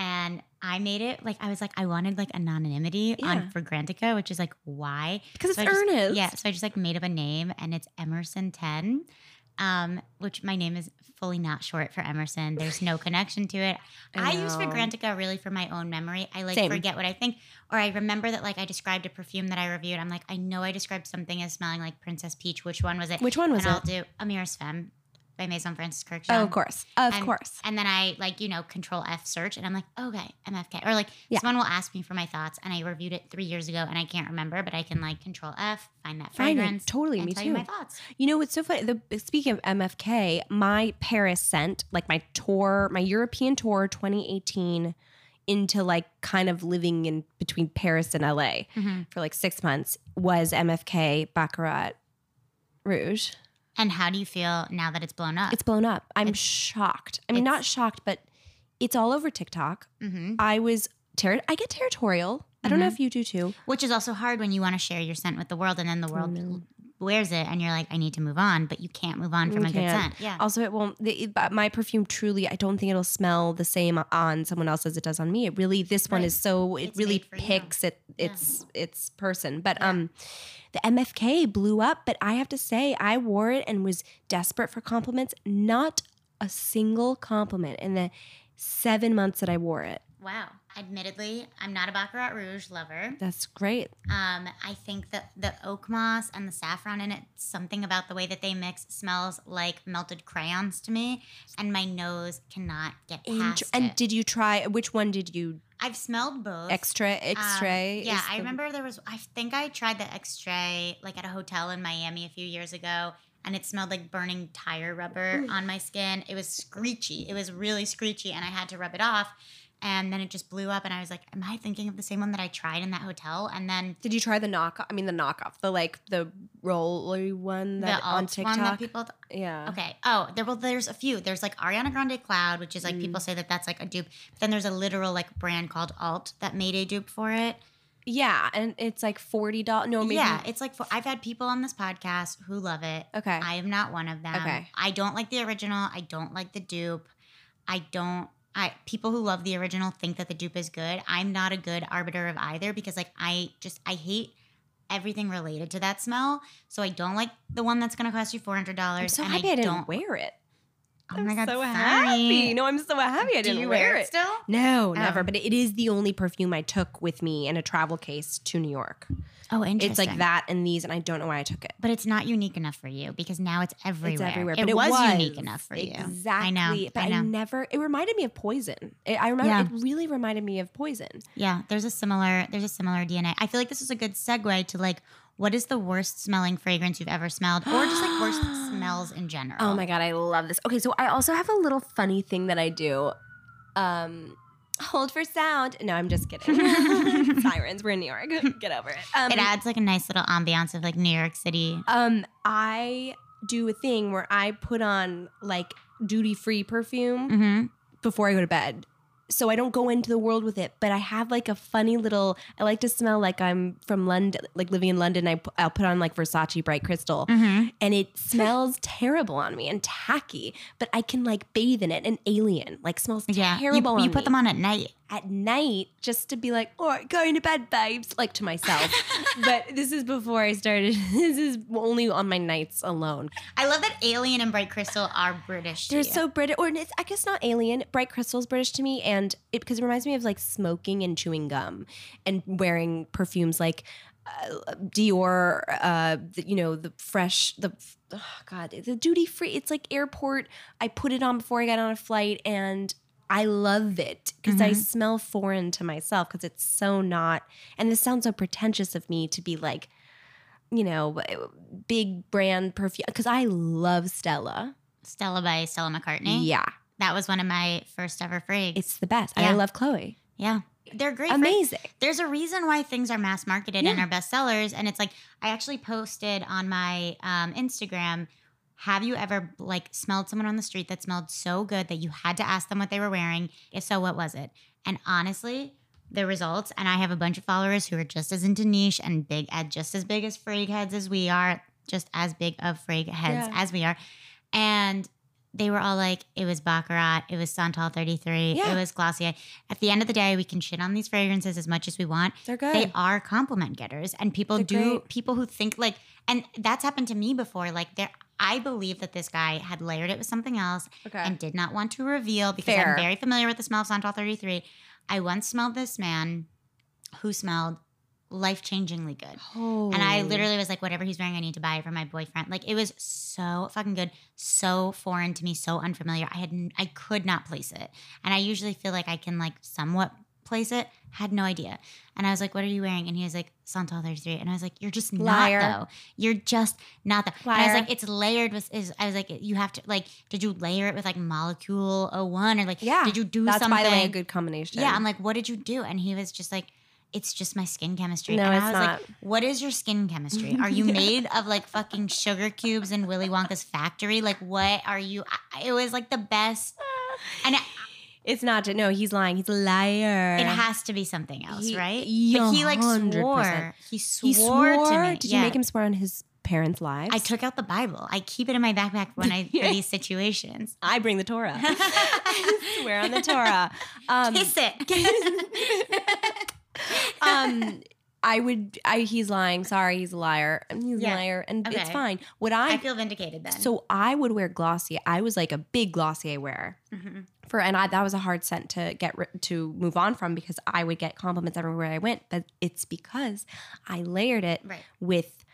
[SPEAKER 1] And I made it like I was like I wanted like anonymity on
[SPEAKER 2] Yeah.
[SPEAKER 1] Fragrantica, which is like why
[SPEAKER 2] Because it's
[SPEAKER 1] So I just-
[SPEAKER 2] earnest.
[SPEAKER 1] Yeah, so I just like made up a name and it's Emerson 10. Um, which my name is fully not short for Emerson. There's
[SPEAKER 2] (laughs)
[SPEAKER 1] no connection to it. I,
[SPEAKER 2] I
[SPEAKER 1] use
[SPEAKER 2] know.
[SPEAKER 1] Fragrantica really for my own memory. I like
[SPEAKER 2] Same.
[SPEAKER 1] forget what I think, or I remember that like I described a perfume that I reviewed. I'm like, I know I described something as smelling like Princess Peach. Which one was it?
[SPEAKER 2] Which one was
[SPEAKER 1] and
[SPEAKER 2] it?
[SPEAKER 1] I'll do Amir's Femme by Maison Francis Kirkshaw.
[SPEAKER 2] Oh, of course. Of
[SPEAKER 1] And-
[SPEAKER 2] course.
[SPEAKER 1] And then I like, you know, control F search and I'm like, okay, MFK. Or like
[SPEAKER 2] Yeah.
[SPEAKER 1] someone will ask me for my thoughts and I reviewed it three years ago and I can't remember, but I can like control F, find that
[SPEAKER 2] Find it.
[SPEAKER 1] fragrance.
[SPEAKER 2] Totally,
[SPEAKER 1] and
[SPEAKER 2] me
[SPEAKER 1] tell you my
[SPEAKER 2] too.
[SPEAKER 1] thoughts.
[SPEAKER 2] You know what's so funny? The speaking of MFK, my Paris scent, like my tour, my European tour 2018 into like kind of living in between Paris and LA for like 6 months was MFK Baccarat Rouge.
[SPEAKER 1] And how do you feel now that it's blown up?
[SPEAKER 2] It's blown up. I'm
[SPEAKER 1] Ah. It's-
[SPEAKER 2] shocked. I mean
[SPEAKER 1] it's-
[SPEAKER 2] not shocked, but it's all over TikTok.
[SPEAKER 1] hmm
[SPEAKER 2] I was ter- I get territorial. I don't know
[SPEAKER 1] Mhm.
[SPEAKER 2] if you do too.
[SPEAKER 1] Which is also hard when you want to share your scent with the world and then the world
[SPEAKER 2] know.
[SPEAKER 1] wears it and you're like, I need to move on, but you can't move on
[SPEAKER 2] You
[SPEAKER 1] from a good
[SPEAKER 2] can't.
[SPEAKER 1] scent. Yeah.
[SPEAKER 2] Also, it won't. The, it- but my perfume truly, I don't think it'll smell the same on someone else as it does on me. It really, this one
[SPEAKER 1] Right.
[SPEAKER 2] is so. It
[SPEAKER 1] It's
[SPEAKER 2] really
[SPEAKER 1] made for you.
[SPEAKER 2] picks it.
[SPEAKER 1] Yeah.
[SPEAKER 2] It's its person. But
[SPEAKER 1] Yeah.
[SPEAKER 2] um, the MFK blew up. But I have to say, I wore it and was desperate for compliments. Not a single compliment in the seven months that I wore it.
[SPEAKER 1] Wow. Admittedly, I'm not a Baccarat Rouge lover.
[SPEAKER 2] That's great.
[SPEAKER 1] Um, I think that the oak moss and the saffron in it, something about the way that they mix smells like melted crayons to me, and my nose cannot get past
[SPEAKER 2] Int- and
[SPEAKER 1] it.
[SPEAKER 2] did you try? Which one did you
[SPEAKER 1] I've smelled both.
[SPEAKER 2] extra
[SPEAKER 1] Um,
[SPEAKER 2] extra?
[SPEAKER 1] yeah,
[SPEAKER 2] is
[SPEAKER 1] I
[SPEAKER 2] the-
[SPEAKER 1] remember there was. I think I tried the extra like at a hotel in Miami a few years ago, and it smelled like burning tire rubber on my skin. It was screechy. It was really screechy, and I had to rub it off. and then it just blew up and i was like am i thinking of the same one that i tried in that hotel and then
[SPEAKER 2] Did you try the knockoff? I mean, the knockoff, the like the rollery one that
[SPEAKER 1] the
[SPEAKER 2] on
[SPEAKER 1] alt
[SPEAKER 2] TikTok.
[SPEAKER 1] one that people
[SPEAKER 2] yeah.
[SPEAKER 1] okay oh there well there's a few there's like ariana grande cloud which is like
[SPEAKER 2] Mm.
[SPEAKER 1] people say that that's like a dupe but then there's a literal like brand called alt that made a dupe for it
[SPEAKER 2] Yeah, and it's like forty dollars. No, maybe.
[SPEAKER 1] yeah it's like for, i've had people on this podcast who love it
[SPEAKER 2] Okay.
[SPEAKER 1] I am not one of them.
[SPEAKER 2] Okay.
[SPEAKER 1] I don't like the original. I don't like the dupe. I don't. I people who love the original think that the dupe is good. I'm not a good arbiter of either because like I just I hate everything related to that smell. So I don't like the one that's gonna cost you four hundred
[SPEAKER 2] I'm
[SPEAKER 1] dollars.
[SPEAKER 2] so happy I, didn't
[SPEAKER 1] don't.
[SPEAKER 2] wear it.
[SPEAKER 1] Oh
[SPEAKER 2] I'm
[SPEAKER 1] my god,
[SPEAKER 2] so
[SPEAKER 1] sorry.
[SPEAKER 2] happy. No, I'm so happy I
[SPEAKER 1] Do
[SPEAKER 2] didn't
[SPEAKER 1] you Oh.
[SPEAKER 2] wear, it.
[SPEAKER 1] still?
[SPEAKER 2] No, never. But it is the only perfume I took with me in a travel case to New York.
[SPEAKER 1] Oh, interesting.
[SPEAKER 2] It's like that and these, and I don't know why I took it.
[SPEAKER 1] But it's not unique enough for you because now it's everywhere.
[SPEAKER 2] It's everywhere.
[SPEAKER 1] It,
[SPEAKER 2] but
[SPEAKER 1] was, unique enough for you.
[SPEAKER 2] Exactly.
[SPEAKER 1] I know.
[SPEAKER 2] But
[SPEAKER 1] I
[SPEAKER 2] I,
[SPEAKER 1] know.
[SPEAKER 2] never. It reminded me of poison. It, I remember.
[SPEAKER 1] Yeah.
[SPEAKER 2] It really reminded me of poison.
[SPEAKER 1] Yeah, there's a similar there's a similar DNA. I feel like this is a good segue to like what is the worst smelling fragrance you've ever smelled, or just like worst smells in general.
[SPEAKER 2] Oh my god, I love this. Okay, so I also have a little funny thing that I do. Um hold for sound. No, I'm just kidding. Sirens, we're in New York. Get over it. Um,
[SPEAKER 1] It adds like a nice little ambiance of like New York City.
[SPEAKER 2] um I do a thing where I put on like duty-free perfume
[SPEAKER 1] hmm
[SPEAKER 2] before I go to bed. So I don't go into the world with it, but I have like a funny little I like to smell like I'm from London, like living in London. I pu- I'll put on like Versace bright crystal
[SPEAKER 1] hmm
[SPEAKER 2] and it smells terrible on me and tacky, but I can like bathe in it. An alien like smells
[SPEAKER 1] Yeah, you,
[SPEAKER 2] terrible.
[SPEAKER 1] you put them on at night.
[SPEAKER 2] at night just to be like, all right, going to bed, babes, like to
[SPEAKER 1] (laughs)
[SPEAKER 2] myself. but this is before I started. (laughs) This is only on my nights alone.
[SPEAKER 1] I love that Alien and Bright Crystal are British. to
[SPEAKER 2] They're
[SPEAKER 1] you.
[SPEAKER 2] so British, or it's, I guess not alien. Bright crystals British to me, and it because it reminds me of like smoking and chewing gum, and wearing perfumes like uh, Dior. Uh, the, you know the fresh the oh God the duty free. It's like airport. I put it on before I got on a flight, and I love it because I
[SPEAKER 1] Mhm.
[SPEAKER 2] smell foreign to myself because it's so not. And this sounds so pretentious of me to be like. You know, big brand perfume because I love Stella.
[SPEAKER 1] Stella by Stella McCartney.
[SPEAKER 2] Yeah,
[SPEAKER 1] That was one of my first ever frags.
[SPEAKER 2] it's the best.
[SPEAKER 1] Yeah.
[SPEAKER 2] I love Chloe.
[SPEAKER 1] yeah, they're great. frags.
[SPEAKER 2] Amazing.
[SPEAKER 1] there's a reason why things are mass marketed and
[SPEAKER 2] Yeah.
[SPEAKER 1] are bestsellers. And it's like I actually posted on my um, Instagram. Have you ever like smelled someone on the street that smelled so good that you had to ask them what they were wearing? If so, what was it? And honestly, the results. And I have a bunch of followers who are just as into niche and big at just as big as frig heads as we are, just as big of frig heads
[SPEAKER 2] Yeah.
[SPEAKER 1] as we are, and. They were all like, it was Baccarat, it was Santal 33,
[SPEAKER 2] Yeah.
[SPEAKER 1] it was Glossier. At the end of the day, we can shit on these fragrances as much as we want.
[SPEAKER 2] They're good.
[SPEAKER 1] They are compliment getters, and people
[SPEAKER 2] They're
[SPEAKER 1] do
[SPEAKER 2] great.
[SPEAKER 1] people who think like, and that's happened to me before. Like, there, I believe that this guy had layered it with something else
[SPEAKER 2] okay.
[SPEAKER 1] and did not want to reveal because
[SPEAKER 2] Fair.
[SPEAKER 1] I'm very familiar with the smell of Santal 33. I once smelled this man who smelled life changingly good. And
[SPEAKER 2] Oh.
[SPEAKER 1] I literally was like, whatever he's wearing, I need to buy it for my boyfriend. Like it was so fucking good, so foreign to me, so unfamiliar. I had n- I could not place it, and I usually feel like I can like somewhat place it. Had no idea, and I was like, "What are you wearing?" And he was like, "Santal 33," and I was like, "You're just
[SPEAKER 2] Liar.
[SPEAKER 1] not though. You're just not though." And I was
[SPEAKER 2] Liar.
[SPEAKER 1] like, "It's layered with." Is I was like, "You have to like, did you layer it with like molecule 01 or like,
[SPEAKER 2] Yeah,
[SPEAKER 1] did you do
[SPEAKER 2] That's
[SPEAKER 1] something?"
[SPEAKER 2] by the way a good combination.
[SPEAKER 1] Yeah, I'm like, what did you do? And he was just like, it's just my skin chemistry.
[SPEAKER 2] No,
[SPEAKER 1] and
[SPEAKER 2] it's
[SPEAKER 1] I was
[SPEAKER 2] not.
[SPEAKER 1] like, what is your skin chemistry? Are
[SPEAKER 2] (laughs)
[SPEAKER 1] you made of like fucking sugar cubes in Willy Wonka's factory? Like, what are you? I- It was like the best. And it,
[SPEAKER 2] it's not. No, he's lying. He's a liar.
[SPEAKER 1] it has to be something else,
[SPEAKER 2] He-
[SPEAKER 1] right?
[SPEAKER 2] yeah,
[SPEAKER 1] but he like
[SPEAKER 2] 100%.
[SPEAKER 1] swore. He swore,
[SPEAKER 2] He swore.
[SPEAKER 1] to me.
[SPEAKER 2] Did you make him swear on his parents' lives?
[SPEAKER 1] I took out the Bible. I keep it in my backpack when I for these situations.
[SPEAKER 2] (laughs) I bring the Torah.
[SPEAKER 1] (laughs)
[SPEAKER 2] (laughs) I swear on the Torah. Um,
[SPEAKER 1] Kiss (laughs)
[SPEAKER 2] (laughs)
[SPEAKER 1] it. (laughs)
[SPEAKER 2] um, I would. I. He's lying. Sorry, he's a liar. And He's
[SPEAKER 1] Yeah.
[SPEAKER 2] a liar, and it's
[SPEAKER 1] Okay.
[SPEAKER 2] fine. What I,
[SPEAKER 1] I feel vindicated then.
[SPEAKER 2] so I would wear Glossier. I was like a big Glossier wearer.
[SPEAKER 1] Mhm.
[SPEAKER 2] for and I that was a hard scent to get ri- to move on from because I would get compliments everywhere I went, but it's because I layered it
[SPEAKER 1] right.
[SPEAKER 2] with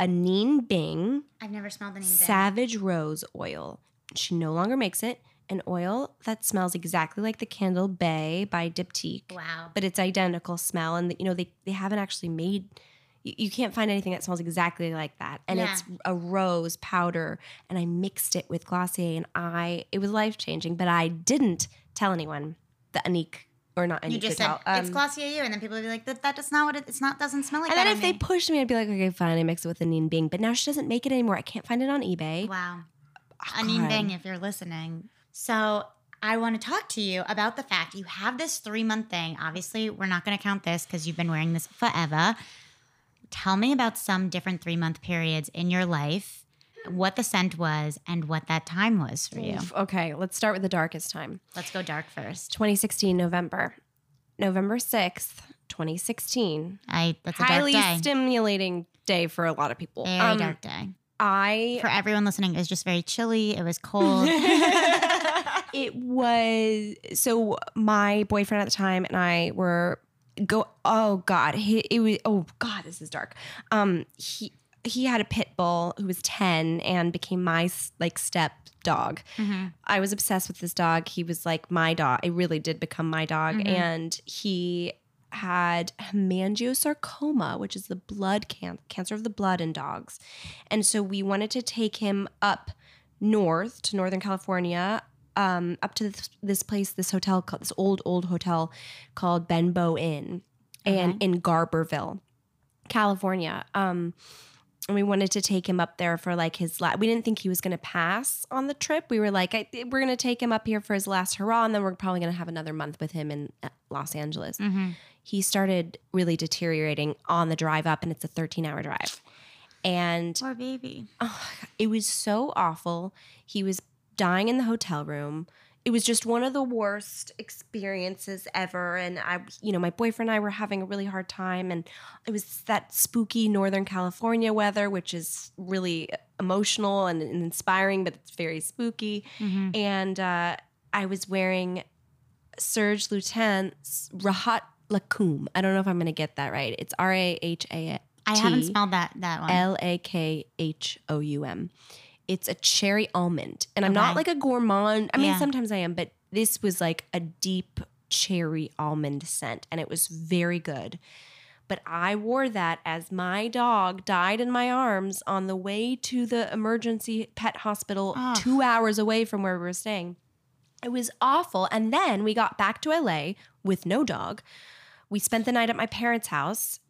[SPEAKER 2] a Neen Bing
[SPEAKER 1] I've never smelled the name. of it.
[SPEAKER 2] Savage Rose oil. She no longer makes it an oil that smells exactly like the Candle Bay by Diptyque,
[SPEAKER 1] Wow.
[SPEAKER 2] but it's identical smell and you know they they haven't actually made you you can't find anything that smells exactly like that. And
[SPEAKER 1] Yeah.
[SPEAKER 2] it's a rose powder and I mixed it with Glossier and I it was life changing, but I didn't tell anyone the Anique or not
[SPEAKER 1] You
[SPEAKER 2] Indigo
[SPEAKER 1] just said
[SPEAKER 2] Gel,
[SPEAKER 1] it's
[SPEAKER 2] um,
[SPEAKER 1] Glossier U, and then people would be like, "That, that does not what it, it's not doesn't smell like."
[SPEAKER 2] and
[SPEAKER 1] that
[SPEAKER 2] then
[SPEAKER 1] on
[SPEAKER 2] if they
[SPEAKER 1] me."
[SPEAKER 2] pushed me, I'd be like, okay, fine, I mix it with Anine Bing. But now she doesn't make it anymore. I can't find it on eBay.
[SPEAKER 1] wow,
[SPEAKER 2] Oh,
[SPEAKER 1] I mean,
[SPEAKER 2] God.
[SPEAKER 1] Bing, if you're listening. So I want to talk to you about the fact you have this three month thing. Obviously, we're not going to count this because you've been wearing this forever. Tell me about some different three month periods in your life, what the scent was, and what that time was for you.
[SPEAKER 2] Oof. Okay, let's start with the darkest time.
[SPEAKER 1] Let's go dark first.
[SPEAKER 2] 2016 November, November 6th, 2016.
[SPEAKER 1] I that's a dark
[SPEAKER 2] Highly
[SPEAKER 1] day.
[SPEAKER 2] stimulating day for a lot of people.
[SPEAKER 1] very
[SPEAKER 2] Um,
[SPEAKER 1] dark day.
[SPEAKER 2] I
[SPEAKER 1] For everyone listening, it was just very chilly. It was cold. (laughs)
[SPEAKER 2] it was so my boyfriend at the time and I were go oh god he, it was oh god this is dark um he he had a pit bull who was 10 and became my like step dog
[SPEAKER 1] Mhm.
[SPEAKER 2] I was obsessed with this dog. He was like my dog. It really did become my dog.
[SPEAKER 1] Mhm.
[SPEAKER 2] And he had hemangiosarcoma, which is the blood can- cancer of the blood in dogs. And so we wanted to take him up north to Northern California, um, up to this, this place, this hotel, called, this old, old hotel called Benbow Inn and in Garberville, California. Um, and we wanted to take him up there for like his last. We didn't think he was going to pass on the trip. We were like, I, we're going to take him up here for his last hurrah, and then we're probably going to have another month with him in uh, Los Angeles.
[SPEAKER 1] Mhm.
[SPEAKER 2] He started really deteriorating on the drive up, and it's a 13 hour drive. And
[SPEAKER 1] Poor baby.
[SPEAKER 2] oh, it was so awful. He was dying in the hotel room. It was just one of the worst experiences ever. And I, you know, my boyfriend and I were having a really hard time. And it was that spooky Northern California weather, which is really emotional and, and inspiring, but it's very spooky.
[SPEAKER 1] Mhm.
[SPEAKER 2] And uh, I was wearing Serge Lutin's Rahat Lakum. I don't know if I'm going to get that right. It's R A H A
[SPEAKER 1] I haven't
[SPEAKER 2] Tea.
[SPEAKER 1] smelled that that one.
[SPEAKER 2] L A K H O U M. It's a cherry almond. And I'm not like
[SPEAKER 1] Okay.
[SPEAKER 2] a gourmand. I mean,
[SPEAKER 1] Yeah.
[SPEAKER 2] sometimes I am, but this was like a deep cherry almond scent and it was very good. But I wore that as my dog died in my arms on the way to the emergency pet hospital
[SPEAKER 1] Ugh.
[SPEAKER 2] two hours away from where we were staying. It was awful. And then we got back to LA with no dog. We spent the night at my parents' house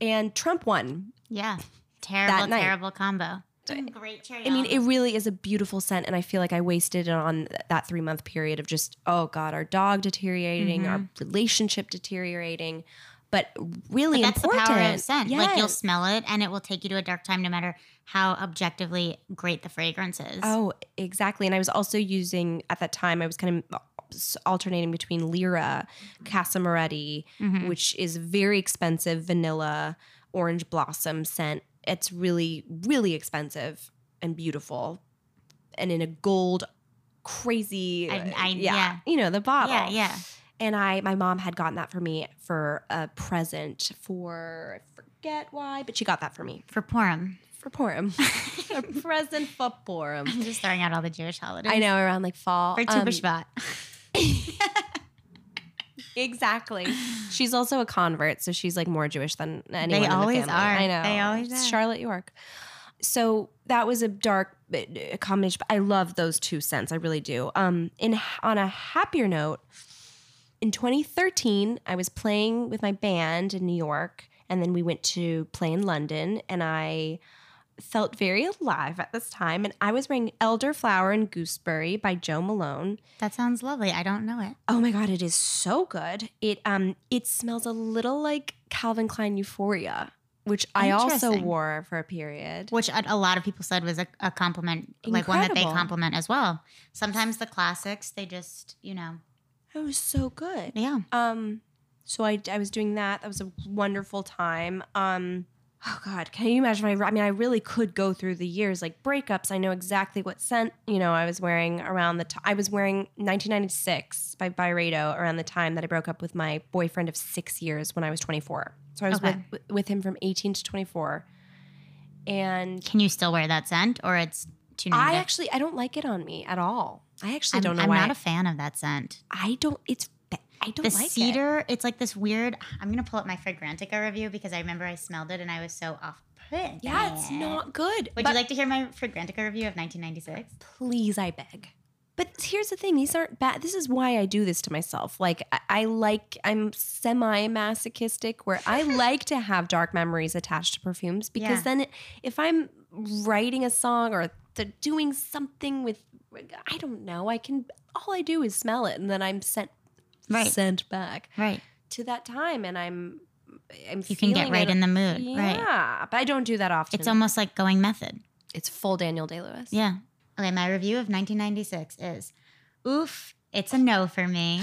[SPEAKER 2] and Trump won.
[SPEAKER 1] Yeah. Terrible,
[SPEAKER 2] night.
[SPEAKER 1] terrible combo.
[SPEAKER 2] D-
[SPEAKER 1] Great cherry.
[SPEAKER 2] I mean, it really is a beautiful scent, and I feel like I wasted it on th- that three month period of just, oh God, our dog deteriorating, our
[SPEAKER 1] Mm-hmm.
[SPEAKER 2] relationship deteriorating, but really
[SPEAKER 1] that's
[SPEAKER 2] important.
[SPEAKER 1] the power of scent. Like you'll
[SPEAKER 2] Yes.
[SPEAKER 1] smell it, and it will take you to a dark time, no matter how objectively great the fragrance is.
[SPEAKER 2] Oh, exactly. And I was also using at that time. I was kind of alternating between Lyra,
[SPEAKER 1] Mm-hmm.
[SPEAKER 2] Casamaretti,
[SPEAKER 1] Mhm.
[SPEAKER 2] which is very expensive vanilla, orange blossom scent. It's really, really expensive and beautiful, and in a gold, crazy. uh,
[SPEAKER 1] I- I-
[SPEAKER 2] yeah,
[SPEAKER 1] yeah.
[SPEAKER 2] you know the bottle.
[SPEAKER 1] yeah, yeah.
[SPEAKER 2] And I, my mom had gotten that for me for a present for I forget why, but she got that for me
[SPEAKER 1] For Purim, (laughs)
[SPEAKER 2] for Purim, (laughs) a present for Purim.
[SPEAKER 1] I'm just throwing out all the Jewish holidays.
[SPEAKER 2] I know around like fall.
[SPEAKER 1] For Tu
[SPEAKER 2] Um,
[SPEAKER 1] B'Shvat. (sighs)
[SPEAKER 2] exactly. She's also a convert, so she's like more Jewish than anyone. in the
[SPEAKER 1] always
[SPEAKER 2] family.
[SPEAKER 1] are.
[SPEAKER 2] I know.
[SPEAKER 1] They always
[SPEAKER 2] It's
[SPEAKER 1] are.
[SPEAKER 2] Charlotte York. So that was a dark uh, combination. but I love those two scents. I really do. Um, in on a happier note, in 2013, I was playing with my band in New York, and then we went to play in London, and I felt very alive at this time. And I was wearing Elderflower and Gooseberry by Joe Malone.
[SPEAKER 1] (laughs) that sounds lovely. I don't know it.
[SPEAKER 2] Oh my god, it is so good. It um it smells a little like Calvin Klein Euphoria, which I also
[SPEAKER 1] Interesting.
[SPEAKER 2] wore for a period.
[SPEAKER 1] Which a, a lot of people said was a, a compliment, like one that they
[SPEAKER 2] Incredible.
[SPEAKER 1] compliment as well. Sometimes the classics, they just, you know,
[SPEAKER 2] It was so good.
[SPEAKER 1] yeah.
[SPEAKER 2] Um so I I was doing that. That was a wonderful time. Um oh god, can you imagine my I mean I really could go through the years like breakups. I know exactly what scent, you know, I was wearing around the time I was wearing 1996 by Byredo around the time that I broke up with my boyfriend of 6 years when I was 24. So I was
[SPEAKER 1] Okay.
[SPEAKER 2] with with him from 18 to 24. And
[SPEAKER 1] Can you still wear that scent, or it's too negative?
[SPEAKER 2] I actually I don't like it on me at all. I actually
[SPEAKER 1] I'm,
[SPEAKER 2] don't know
[SPEAKER 1] I'm
[SPEAKER 2] why.
[SPEAKER 1] not a fan of that scent.
[SPEAKER 2] I don't it's I don't
[SPEAKER 1] the
[SPEAKER 2] like it.
[SPEAKER 1] cedar it's like this weird i'm gonna pull up my fragrantica review because i remember i smelled it and i was so off put
[SPEAKER 2] Yeah, it's not good.
[SPEAKER 1] would
[SPEAKER 2] but-
[SPEAKER 1] you like to hear my fragrantica review of 1996
[SPEAKER 2] please, I beg. But here's the thing: these aren't bad. This is why I do this to myself. Like I, I like I'm semi masochistic, where
[SPEAKER 1] (laughs)
[SPEAKER 2] I like to have dark memories attached to perfumes because
[SPEAKER 1] Yeah.
[SPEAKER 2] then if I'm writing a song or th- doing something with, I don't know, I can. All I do is smell it, and then I'm sent
[SPEAKER 1] Right.
[SPEAKER 2] sent back
[SPEAKER 1] Right.
[SPEAKER 2] to that time, and I'm I'm
[SPEAKER 1] You can get
[SPEAKER 2] feeling
[SPEAKER 1] right
[SPEAKER 2] it.
[SPEAKER 1] in the mood. Right.
[SPEAKER 2] Yeah, but I don't do that often.
[SPEAKER 1] It's almost like going method.
[SPEAKER 2] it's full Daniel Day Lewis.
[SPEAKER 1] Yeah. Okay, my review of 1996 is oof, it's a no for me.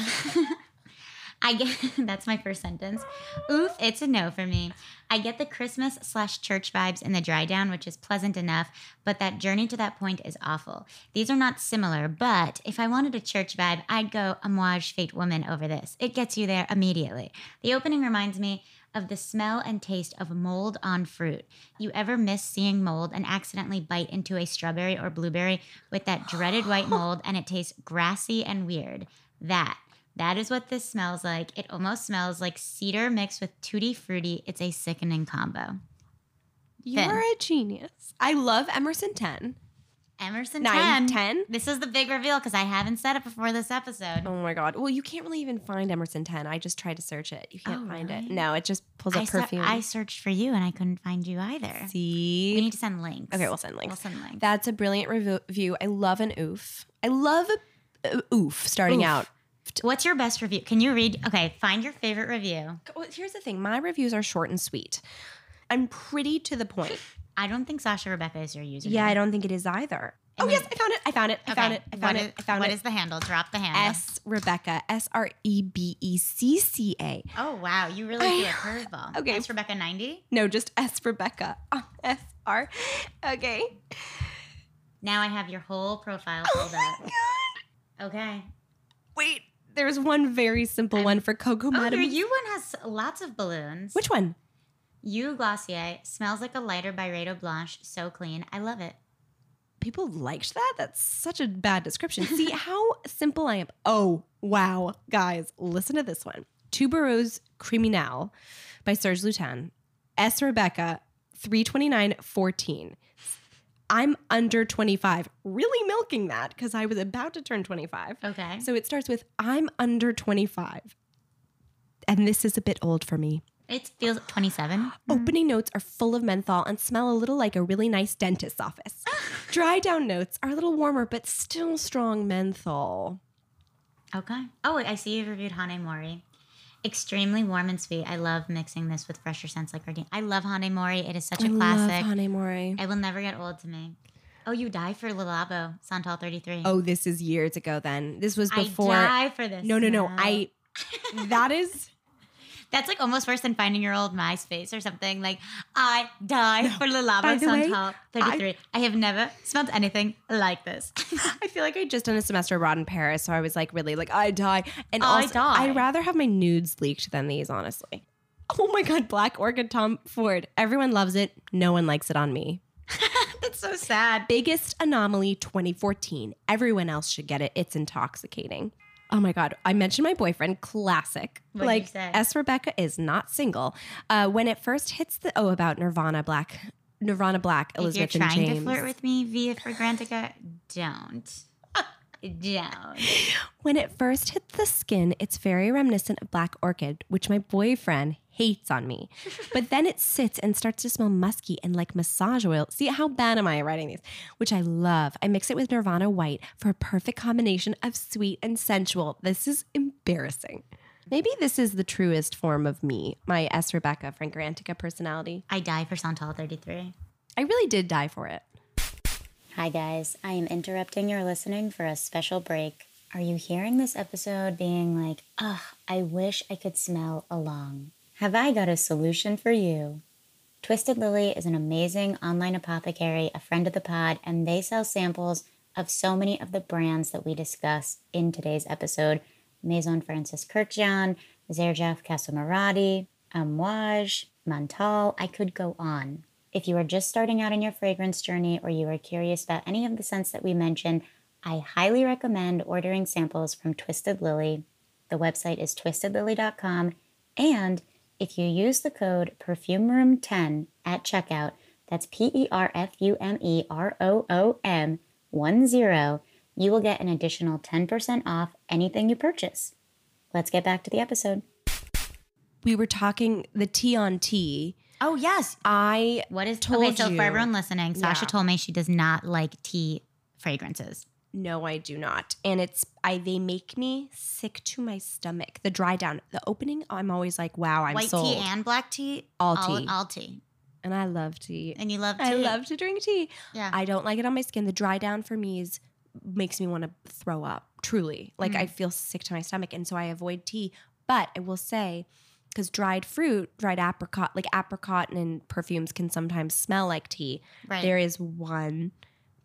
[SPEAKER 1] I get (laughs) that's my first sentence. Oof, it's a no for me. I get the Christmas slash church vibes in the dry down, which is pleasant enough, but that journey to that point is awful. These are not similar, but if I wanted a church vibe, I'd go Amouage Fate Woman over this. It gets you there immediately. The opening reminds me of the smell and taste of mold on fruit. You ever miss seeing mold and accidentally bite into a strawberry or blueberry with that dreaded white mold and it tastes grassy and weird? That. That is what this smells like. It almost smells like cedar mixed with tutti frutti. It's a sickening combo. Ten.
[SPEAKER 2] You're a genius. I love Emerson 10.
[SPEAKER 1] Emerson 10.
[SPEAKER 2] 9, 10.
[SPEAKER 1] This is the big reveal because I haven't said it before this episode.
[SPEAKER 2] Oh my God. Well, you can't really even find Emerson 10. I just tried to search it. You can't
[SPEAKER 1] Oh,
[SPEAKER 2] find
[SPEAKER 1] really?
[SPEAKER 2] it. No, it just pulls
[SPEAKER 1] I,
[SPEAKER 2] up
[SPEAKER 1] se-
[SPEAKER 2] perfume.
[SPEAKER 1] I searched for you and I couldn't find you either. We
[SPEAKER 2] see.
[SPEAKER 1] need to send links.
[SPEAKER 2] Okay, we'll send
[SPEAKER 1] We'll
[SPEAKER 2] links.
[SPEAKER 1] send links.
[SPEAKER 2] That's a brilliant revo- review. I love an oof. I love a, a oof starting
[SPEAKER 1] Oof.
[SPEAKER 2] out.
[SPEAKER 1] What's your best review? Can you read? Okay, find your favorite review.
[SPEAKER 2] Well, here's the thing my reviews are short and sweet. I'm pretty to the point.
[SPEAKER 1] I don't think Sasha Rebecca is your username.
[SPEAKER 2] yeah, I don't think it is either.
[SPEAKER 1] And
[SPEAKER 2] oh,
[SPEAKER 1] then-
[SPEAKER 2] yes, I found it. I found it. I found it. I found it. I found
[SPEAKER 1] What
[SPEAKER 2] it.
[SPEAKER 1] is the handle? Drop the handle.
[SPEAKER 2] S Rebecca, S R E B E C C A.
[SPEAKER 1] Oh wow, you really threw
[SPEAKER 2] I- (laughs)
[SPEAKER 1] a curveball.
[SPEAKER 2] Okay.
[SPEAKER 1] S Rebecca ninety.
[SPEAKER 2] No, just S Rebecca. Uh, S R. Okay.
[SPEAKER 1] Now I have your whole
[SPEAKER 2] (laughs)
[SPEAKER 1] profile
[SPEAKER 2] Oh
[SPEAKER 1] pulled
[SPEAKER 2] my
[SPEAKER 1] up.
[SPEAKER 2] god.
[SPEAKER 1] Okay.
[SPEAKER 2] Wait, there's one very simple
[SPEAKER 1] I'm-
[SPEAKER 2] one for Coco
[SPEAKER 1] Oh, your
[SPEAKER 2] Madam.
[SPEAKER 1] you one has lots of balloons.
[SPEAKER 2] Which one?
[SPEAKER 1] you Glossier smells like a lighter Byredo Blanche. So clean. I love it.
[SPEAKER 2] People liked that? That's such a bad description.
[SPEAKER 1] (laughs)
[SPEAKER 2] See how simple I am. Oh, wow. Guys, listen to this one. Tuberose Criminal by Serge Lutin. S Rebecca 32914. I'm under 25. Really milking that because I was about to turn 25.
[SPEAKER 1] Okay.
[SPEAKER 2] So it starts with I'm under 25. And this is a bit old for me.
[SPEAKER 1] It feels twenty seven.
[SPEAKER 2] Opening notes are full of menthol and smell a little like a really nice dentist's (laughs) office. Dry down notes are a little warmer but still strong menthol.
[SPEAKER 1] Okay. Oh, I see you've reviewed Hane Mori. Extremely warm and sweet. I love mixing this with fresher scents like Gardenia. I love Hane Mori. It is such a
[SPEAKER 2] I
[SPEAKER 1] classic.
[SPEAKER 2] love Hane Mori.
[SPEAKER 1] It will never get old to me. Oh, you die for Lalabo, Santal 33.
[SPEAKER 2] Oh, this is years ago then. This was before
[SPEAKER 1] I die for this.
[SPEAKER 2] No, no, no.
[SPEAKER 1] smell.
[SPEAKER 2] I that (laughs) is
[SPEAKER 1] That's like almost worse than finding your old MySpace or something. Like, I die for
[SPEAKER 2] By
[SPEAKER 1] Lalabo,
[SPEAKER 2] the way,
[SPEAKER 1] Santal 33. I, have never smelled anything like this. (laughs)
[SPEAKER 2] I feel like I just done a semester abroad in Paris, so I was like really like I die and
[SPEAKER 1] I
[SPEAKER 2] also,
[SPEAKER 1] die.
[SPEAKER 2] I'd rather have my nudes leaked than these, honestly. (laughs) Oh my god, Black Orchid Tom Ford. Everyone loves it. No one likes it on me.
[SPEAKER 1] That's so sad.
[SPEAKER 2] Biggest anomaly 2014. Everyone else should get it. It's intoxicating. Oh my god, I mentioned my boyfriend. Classic.
[SPEAKER 1] What'd you
[SPEAKER 2] like
[SPEAKER 1] say?
[SPEAKER 2] S Rebecca is not single. Uh, when it first hits the oh about Nirvana Black, Nirvana Black,
[SPEAKER 1] If you're
[SPEAKER 2] Elizabeth and
[SPEAKER 1] trying
[SPEAKER 2] James.
[SPEAKER 1] to flirt with me via Fragrantica, don't. (laughs) don't.
[SPEAKER 2] When it first hits the skin, it's very reminiscent of black orchid, which my boyfriend hates
[SPEAKER 1] (laughs)
[SPEAKER 2] on me. But then it sits and starts to smell musky and like massage oil. See how bad am I at writing these? Which I love. I mix it with Nirvana White for a perfect combination of sweet and sensual. This is embarrassing. Maybe this is the truest form of me, my S. Rebecca Frankerantica personality.
[SPEAKER 1] I die for Santal 33.
[SPEAKER 2] I really did die for it.
[SPEAKER 1] Hi, guys. I am interrupting your listening for a special break. Are you hearing this episode being like, ugh, I wish I could smell along? Have I got a solution for you? Twisted Lily is an amazing online apothecary, a friend of the pod, and they sell samples of so many of the brands that we discuss in today's episode Maison Francis Kirkjian, Zerjaf Casamarati, Amouage, Mantal. I could go on. If you are just starting out in your fragrance journey or you are curious about any of the scents that we mentioned, I highly recommend ordering samples from Twisted Lily. The website is twistedlily.com. And if you use the code PerfumeRoom10 at checkout, that's P E R F U M E R O O M 10, you will get an additional 10% off anything you purchase. Let's get back to the episode.
[SPEAKER 2] We were talking the tea on tea.
[SPEAKER 1] Oh, yes.
[SPEAKER 2] I
[SPEAKER 1] What is
[SPEAKER 2] Told
[SPEAKER 1] okay? So
[SPEAKER 2] you.
[SPEAKER 1] for everyone listening, Sasha
[SPEAKER 2] Yeah.
[SPEAKER 1] told me she does not like tea fragrances.
[SPEAKER 2] no, I do not, and it's I. They make me sick to my stomach. The dry down, the opening. I'm always like, wow, I'm
[SPEAKER 1] White
[SPEAKER 2] sold.
[SPEAKER 1] tea and black tea,
[SPEAKER 2] All
[SPEAKER 1] all,
[SPEAKER 2] tea.
[SPEAKER 1] all tea,
[SPEAKER 2] and I love tea.
[SPEAKER 1] and you love tea.
[SPEAKER 2] I love to drink tea.
[SPEAKER 1] yeah.
[SPEAKER 2] I don't like it on my skin. The dry down for me is makes me want to throw up. Truly, like
[SPEAKER 1] Mm.
[SPEAKER 2] I feel sick to my stomach, and so I avoid tea. But I will say, because dried fruit, dried apricot, like apricot and perfumes can sometimes smell like tea.
[SPEAKER 1] right.
[SPEAKER 2] There is one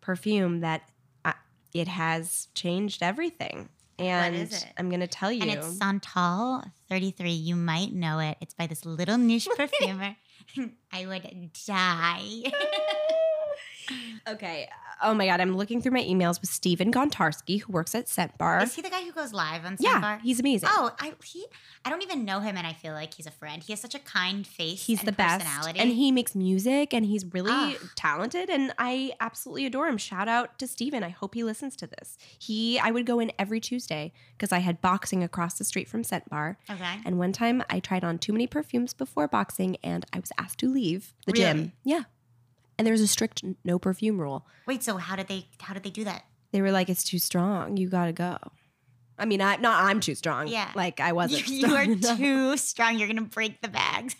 [SPEAKER 2] perfume that I, it has changed everything, and
[SPEAKER 1] is it?
[SPEAKER 2] I'm gonna tell you.
[SPEAKER 1] and it's Santal 33. You might know it. It's by this little
[SPEAKER 2] (laughs)
[SPEAKER 1] niche perfumer. I would die.
[SPEAKER 2] (laughs) okay. Oh my god, I'm looking through my emails with Steven Gontarski, who works at Scent Bar.
[SPEAKER 1] Is he the guy who goes live on
[SPEAKER 2] yeah,
[SPEAKER 1] Sidebar?
[SPEAKER 2] he's amazing.
[SPEAKER 1] Oh, I he I don't even know him, and I feel like he's a friend. He has such a kind face.
[SPEAKER 2] He's
[SPEAKER 1] and
[SPEAKER 2] the best,
[SPEAKER 1] personality.
[SPEAKER 2] and he makes music, and he's really
[SPEAKER 1] Ah.
[SPEAKER 2] talented, and I absolutely adore him. Shout out to Steven. I hope he listens to this. He, I would go in every Tuesday because I had boxing across the street from Scent Bar, (laughs)
[SPEAKER 1] okay.
[SPEAKER 2] and one time I tried on too many perfumes before boxing, and I was asked to leave the gym.
[SPEAKER 1] Really?
[SPEAKER 2] Yeah, and there's a strict n- no perfume rule.
[SPEAKER 1] Wait, so how did they how did they do that?
[SPEAKER 2] They were like, "It's too strong. You gotta go." I mean, I not I'm too strong.
[SPEAKER 1] Yeah.
[SPEAKER 2] like I
[SPEAKER 1] You, (laughs)
[SPEAKER 2] wasn't.
[SPEAKER 1] you
[SPEAKER 2] strong
[SPEAKER 1] are
[SPEAKER 2] (laughs) enough.
[SPEAKER 1] too strong. You're gonna break the bags.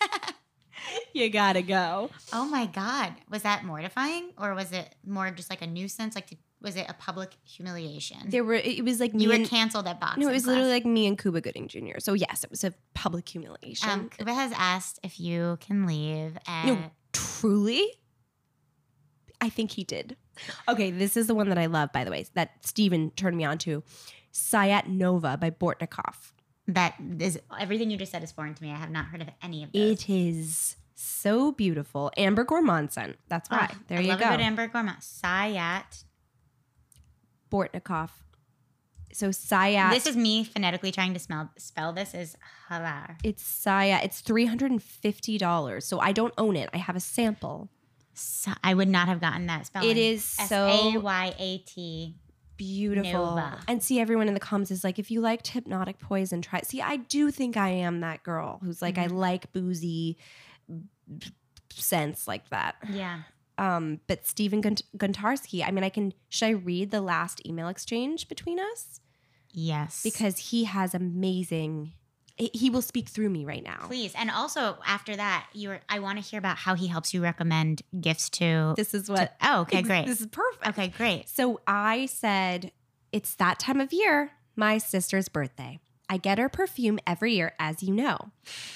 [SPEAKER 1] (laughs)
[SPEAKER 2] you gotta go.
[SPEAKER 1] oh my god, was that mortifying, or was it more just like a nuisance? Like, to, was it a public humiliation?
[SPEAKER 2] There were. It was like me
[SPEAKER 1] you were
[SPEAKER 2] and-
[SPEAKER 1] canceled at boxing.
[SPEAKER 2] No, it was
[SPEAKER 1] class.
[SPEAKER 2] literally like me and Cuba Gooding Jr. So yes, it was a public humiliation.
[SPEAKER 1] Um, Kuba has asked if you can leave, and
[SPEAKER 2] No. Truly, I think he did. Okay, this is the one that I love, by the way, that Steven turned me on to. Sayat Nova by Bortnikov.
[SPEAKER 1] that is everything you just said is foreign to me. I have not heard of any of those.
[SPEAKER 2] It is so beautiful. Amber Gormand scent. That's why.
[SPEAKER 1] Ah,
[SPEAKER 2] there
[SPEAKER 1] I
[SPEAKER 2] you
[SPEAKER 1] love
[SPEAKER 2] go.
[SPEAKER 1] A good Amber Gorma. Sayat.
[SPEAKER 2] Bortnikov. So Sayat.
[SPEAKER 1] This is me phonetically trying to smell spell this is halar.
[SPEAKER 2] it's Sayat. It's three hundred and fifty dollars. So I don't own it. I have a sample.
[SPEAKER 1] Sa- I would not have gotten that spelling.
[SPEAKER 2] It is
[SPEAKER 1] S A
[SPEAKER 2] so
[SPEAKER 1] Y A T.
[SPEAKER 2] beautiful.
[SPEAKER 1] Nova.
[SPEAKER 2] And see, everyone in the comments is like, if you liked hypnotic poison, try. See, I do think I am that girl who's like,
[SPEAKER 1] Mm-hmm.
[SPEAKER 2] I like boozy b- scents like that.
[SPEAKER 1] Yeah.
[SPEAKER 2] Um, but Stephen Gunt- Guntarski, I mean, I can. Should I read the last email exchange between us
[SPEAKER 1] Yes.
[SPEAKER 2] because he has amazing. he- He will speak through me right now.
[SPEAKER 1] please, and also after that, you were, I want to hear about how he helps you recommend gifts to.
[SPEAKER 2] This is what.
[SPEAKER 1] oh, (laughs) okay, great.
[SPEAKER 2] This is perfect.
[SPEAKER 1] okay, great.
[SPEAKER 2] So I said, It's that time of year, my sister's birthday. I get her perfume every year, as you know.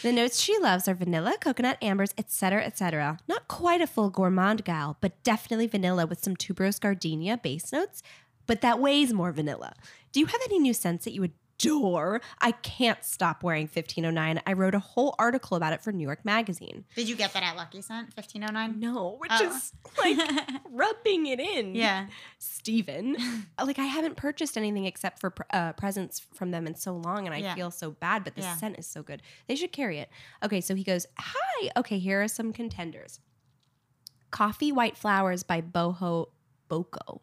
[SPEAKER 2] The notes she loves are vanilla, coconut, ambers, etc., etc. Not quite a full gourmand gal, but definitely vanilla with some tuberose gardenia base notes, but that weighs more vanilla. Do you have any new scents that you adore? I can't stop wearing 1509. I wrote a whole article about it for New York Magazine.
[SPEAKER 1] Did you get that at Lucky Scent 1509?
[SPEAKER 2] No, which
[SPEAKER 1] Oh.
[SPEAKER 2] is
[SPEAKER 1] (laughs)
[SPEAKER 2] like (laughs) rubbing it in.
[SPEAKER 1] yeah.
[SPEAKER 2] Steven.
[SPEAKER 1] (laughs)
[SPEAKER 2] like I haven't purchased anything except for pr- uh, presents from them in so long and I
[SPEAKER 1] Yeah.
[SPEAKER 2] feel so bad, but the
[SPEAKER 1] Yeah.
[SPEAKER 2] scent is so good. They should carry it. Okay, so he goes, "Hi. Okay, here are some contenders. Coffee White Flowers by Boho Boko.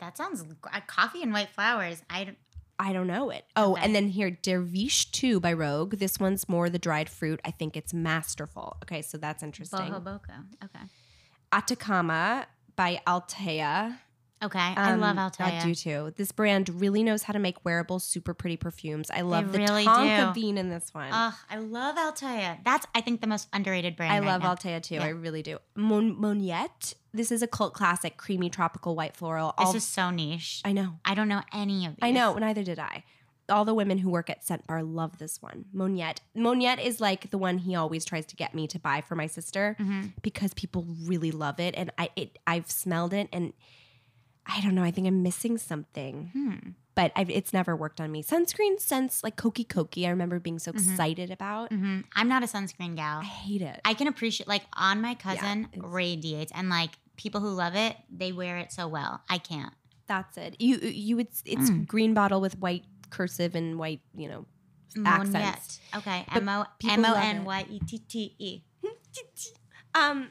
[SPEAKER 1] That sounds uh, coffee and white flowers. I don't-
[SPEAKER 2] I don't know it. Oh,
[SPEAKER 1] Okay.
[SPEAKER 2] and then here Dervish 2 by Rogue. This one's more the dried fruit. I think it's masterful. Okay, so that's interesting.
[SPEAKER 1] boho boko. Okay.
[SPEAKER 2] Atacama by Altea.
[SPEAKER 1] Okay. I love
[SPEAKER 2] Um,
[SPEAKER 1] Altea.
[SPEAKER 2] I do too. This brand really knows how to make wearable, super pretty perfumes. I love the
[SPEAKER 1] really
[SPEAKER 2] tonka
[SPEAKER 1] do.
[SPEAKER 2] bean in this one.
[SPEAKER 1] Ugh, I love Altea. That's I think the most underrated brand.
[SPEAKER 2] I
[SPEAKER 1] right
[SPEAKER 2] love
[SPEAKER 1] now.
[SPEAKER 2] Altea too.
[SPEAKER 1] Yeah.
[SPEAKER 2] I really do. Mon- Moniette. This is a cult classic, creamy tropical white floral. All-
[SPEAKER 1] This is so niche.
[SPEAKER 2] I know.
[SPEAKER 1] I don't know any of these.
[SPEAKER 2] I know. Neither did I. All the women who work at Scent Bar love this one. Moniette. Moniette is like the one he always tries to get me to buy for my sister
[SPEAKER 1] Mhm.
[SPEAKER 2] because people really love it, and I it I've smelled it, and I don't know. I think I'm missing something.
[SPEAKER 1] Hmm.
[SPEAKER 2] but I've, it's never worked on me. Sunscreen scents like Koki Koki, I remember being so excited about.
[SPEAKER 1] Mhm. I'm not a sunscreen
[SPEAKER 2] I
[SPEAKER 1] gal.
[SPEAKER 2] hate it.
[SPEAKER 1] Mm-hmm. I can appreciate like on my cousin
[SPEAKER 2] it's-
[SPEAKER 1] radiates and like people who love it, they wear it so well. I can't.
[SPEAKER 2] That's it. You you would it's
[SPEAKER 1] Mm.
[SPEAKER 2] green bottle with white cursive and white, you know, (laughs) accents.
[SPEAKER 1] Moniette. Okay.
[SPEAKER 2] But
[SPEAKER 1] M O
[SPEAKER 2] people
[SPEAKER 1] M O
[SPEAKER 2] love it.
[SPEAKER 1] N Y E T T E.
[SPEAKER 2] Um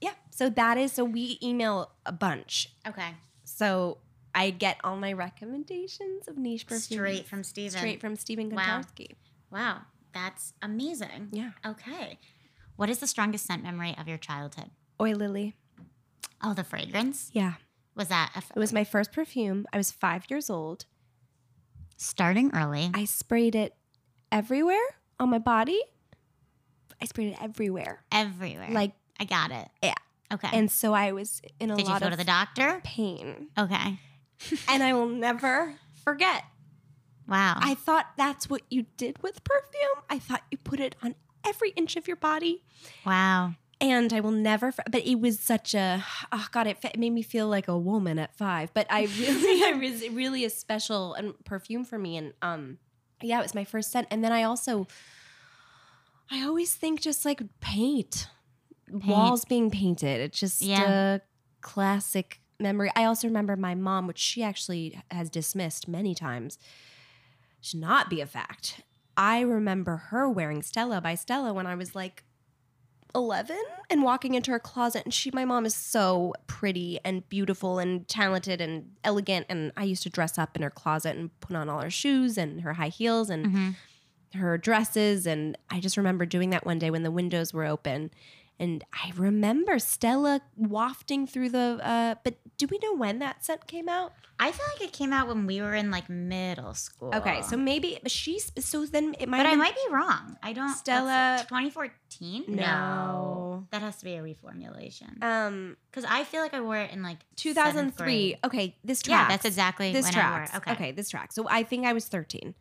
[SPEAKER 2] yeah, so that is so we email a bunch.
[SPEAKER 1] Okay.
[SPEAKER 2] So I get all my recommendations of niche perfumes
[SPEAKER 1] Straight from Steven.
[SPEAKER 2] straight from Stephen
[SPEAKER 1] Wow.
[SPEAKER 2] Kontarski.
[SPEAKER 1] Wow, that's amazing.
[SPEAKER 2] Yeah,
[SPEAKER 1] Okay. What is the strongest scent memory of your childhood?
[SPEAKER 2] Oi Lily.
[SPEAKER 1] Oh, the fragrance.
[SPEAKER 2] Yeah,
[SPEAKER 1] Was that a f-
[SPEAKER 2] it was my first perfume. I was five years old.
[SPEAKER 1] starting early?
[SPEAKER 2] I sprayed it everywhere on my body. I sprayed it everywhere.
[SPEAKER 1] everywhere.
[SPEAKER 2] Like,
[SPEAKER 1] I got it.
[SPEAKER 2] Yeah.
[SPEAKER 1] Okay.
[SPEAKER 2] and so I was in a
[SPEAKER 1] Did you
[SPEAKER 2] lot
[SPEAKER 1] go
[SPEAKER 2] of
[SPEAKER 1] to the doctor? (laughs)
[SPEAKER 2] pain,
[SPEAKER 1] Okay.
[SPEAKER 2] and I will never forget.
[SPEAKER 1] Wow.
[SPEAKER 2] I thought that's what you did with perfume. I thought you put it on every inch of your body,
[SPEAKER 1] wow.
[SPEAKER 2] and I will never. For- but it was such a oh god, it, fe- it made me feel like a woman at five. But I really, (laughs) I was really a special and perfume for me, and um, yeah, it was my first scent. And then I also, I always think just like paint, walls being painted. It's just
[SPEAKER 1] Yeah.
[SPEAKER 2] a classic memory. I also remember my mom, which she actually has dismissed many times, should not be a fact. I remember her wearing Stella by Stella when I was like 11 and walking into her closet and she my mom is so pretty and beautiful and talented and elegant and I used to dress up in her closet and put on all her shoes and her high heels and
[SPEAKER 1] Mhm.
[SPEAKER 2] her dresses and I just remember doing that one day when the windows were open and I remember Stella wafting through the uh but do we know when that scent came out?
[SPEAKER 1] I feel like it came out when we were in like middle school.
[SPEAKER 2] Okay, so maybe but she sp- so then it might
[SPEAKER 1] But I
[SPEAKER 2] have
[SPEAKER 1] might be wrong. I don't.
[SPEAKER 2] Stella-
[SPEAKER 1] 2014.
[SPEAKER 2] been- no.
[SPEAKER 1] That has to be a reformulation.
[SPEAKER 2] Um
[SPEAKER 1] Because I feel like I wore it in like seventh
[SPEAKER 2] 2003.
[SPEAKER 1] grade.
[SPEAKER 2] Okay, this track.
[SPEAKER 1] Yeah, that's exactly
[SPEAKER 2] this
[SPEAKER 1] when
[SPEAKER 2] tracks.
[SPEAKER 1] I wore.
[SPEAKER 2] Okay.
[SPEAKER 1] it.
[SPEAKER 2] this track. So I think I was 13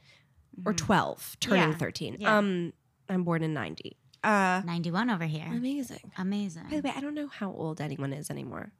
[SPEAKER 2] or
[SPEAKER 1] Mhm.
[SPEAKER 2] 12, turning
[SPEAKER 1] Yeah.
[SPEAKER 2] 13.
[SPEAKER 1] Yeah.
[SPEAKER 2] Um, I'm born in 90. Uh,
[SPEAKER 1] 91 over here.
[SPEAKER 2] amazing.
[SPEAKER 1] Amazing.
[SPEAKER 2] By the way, I don't know how old anyone is anymore.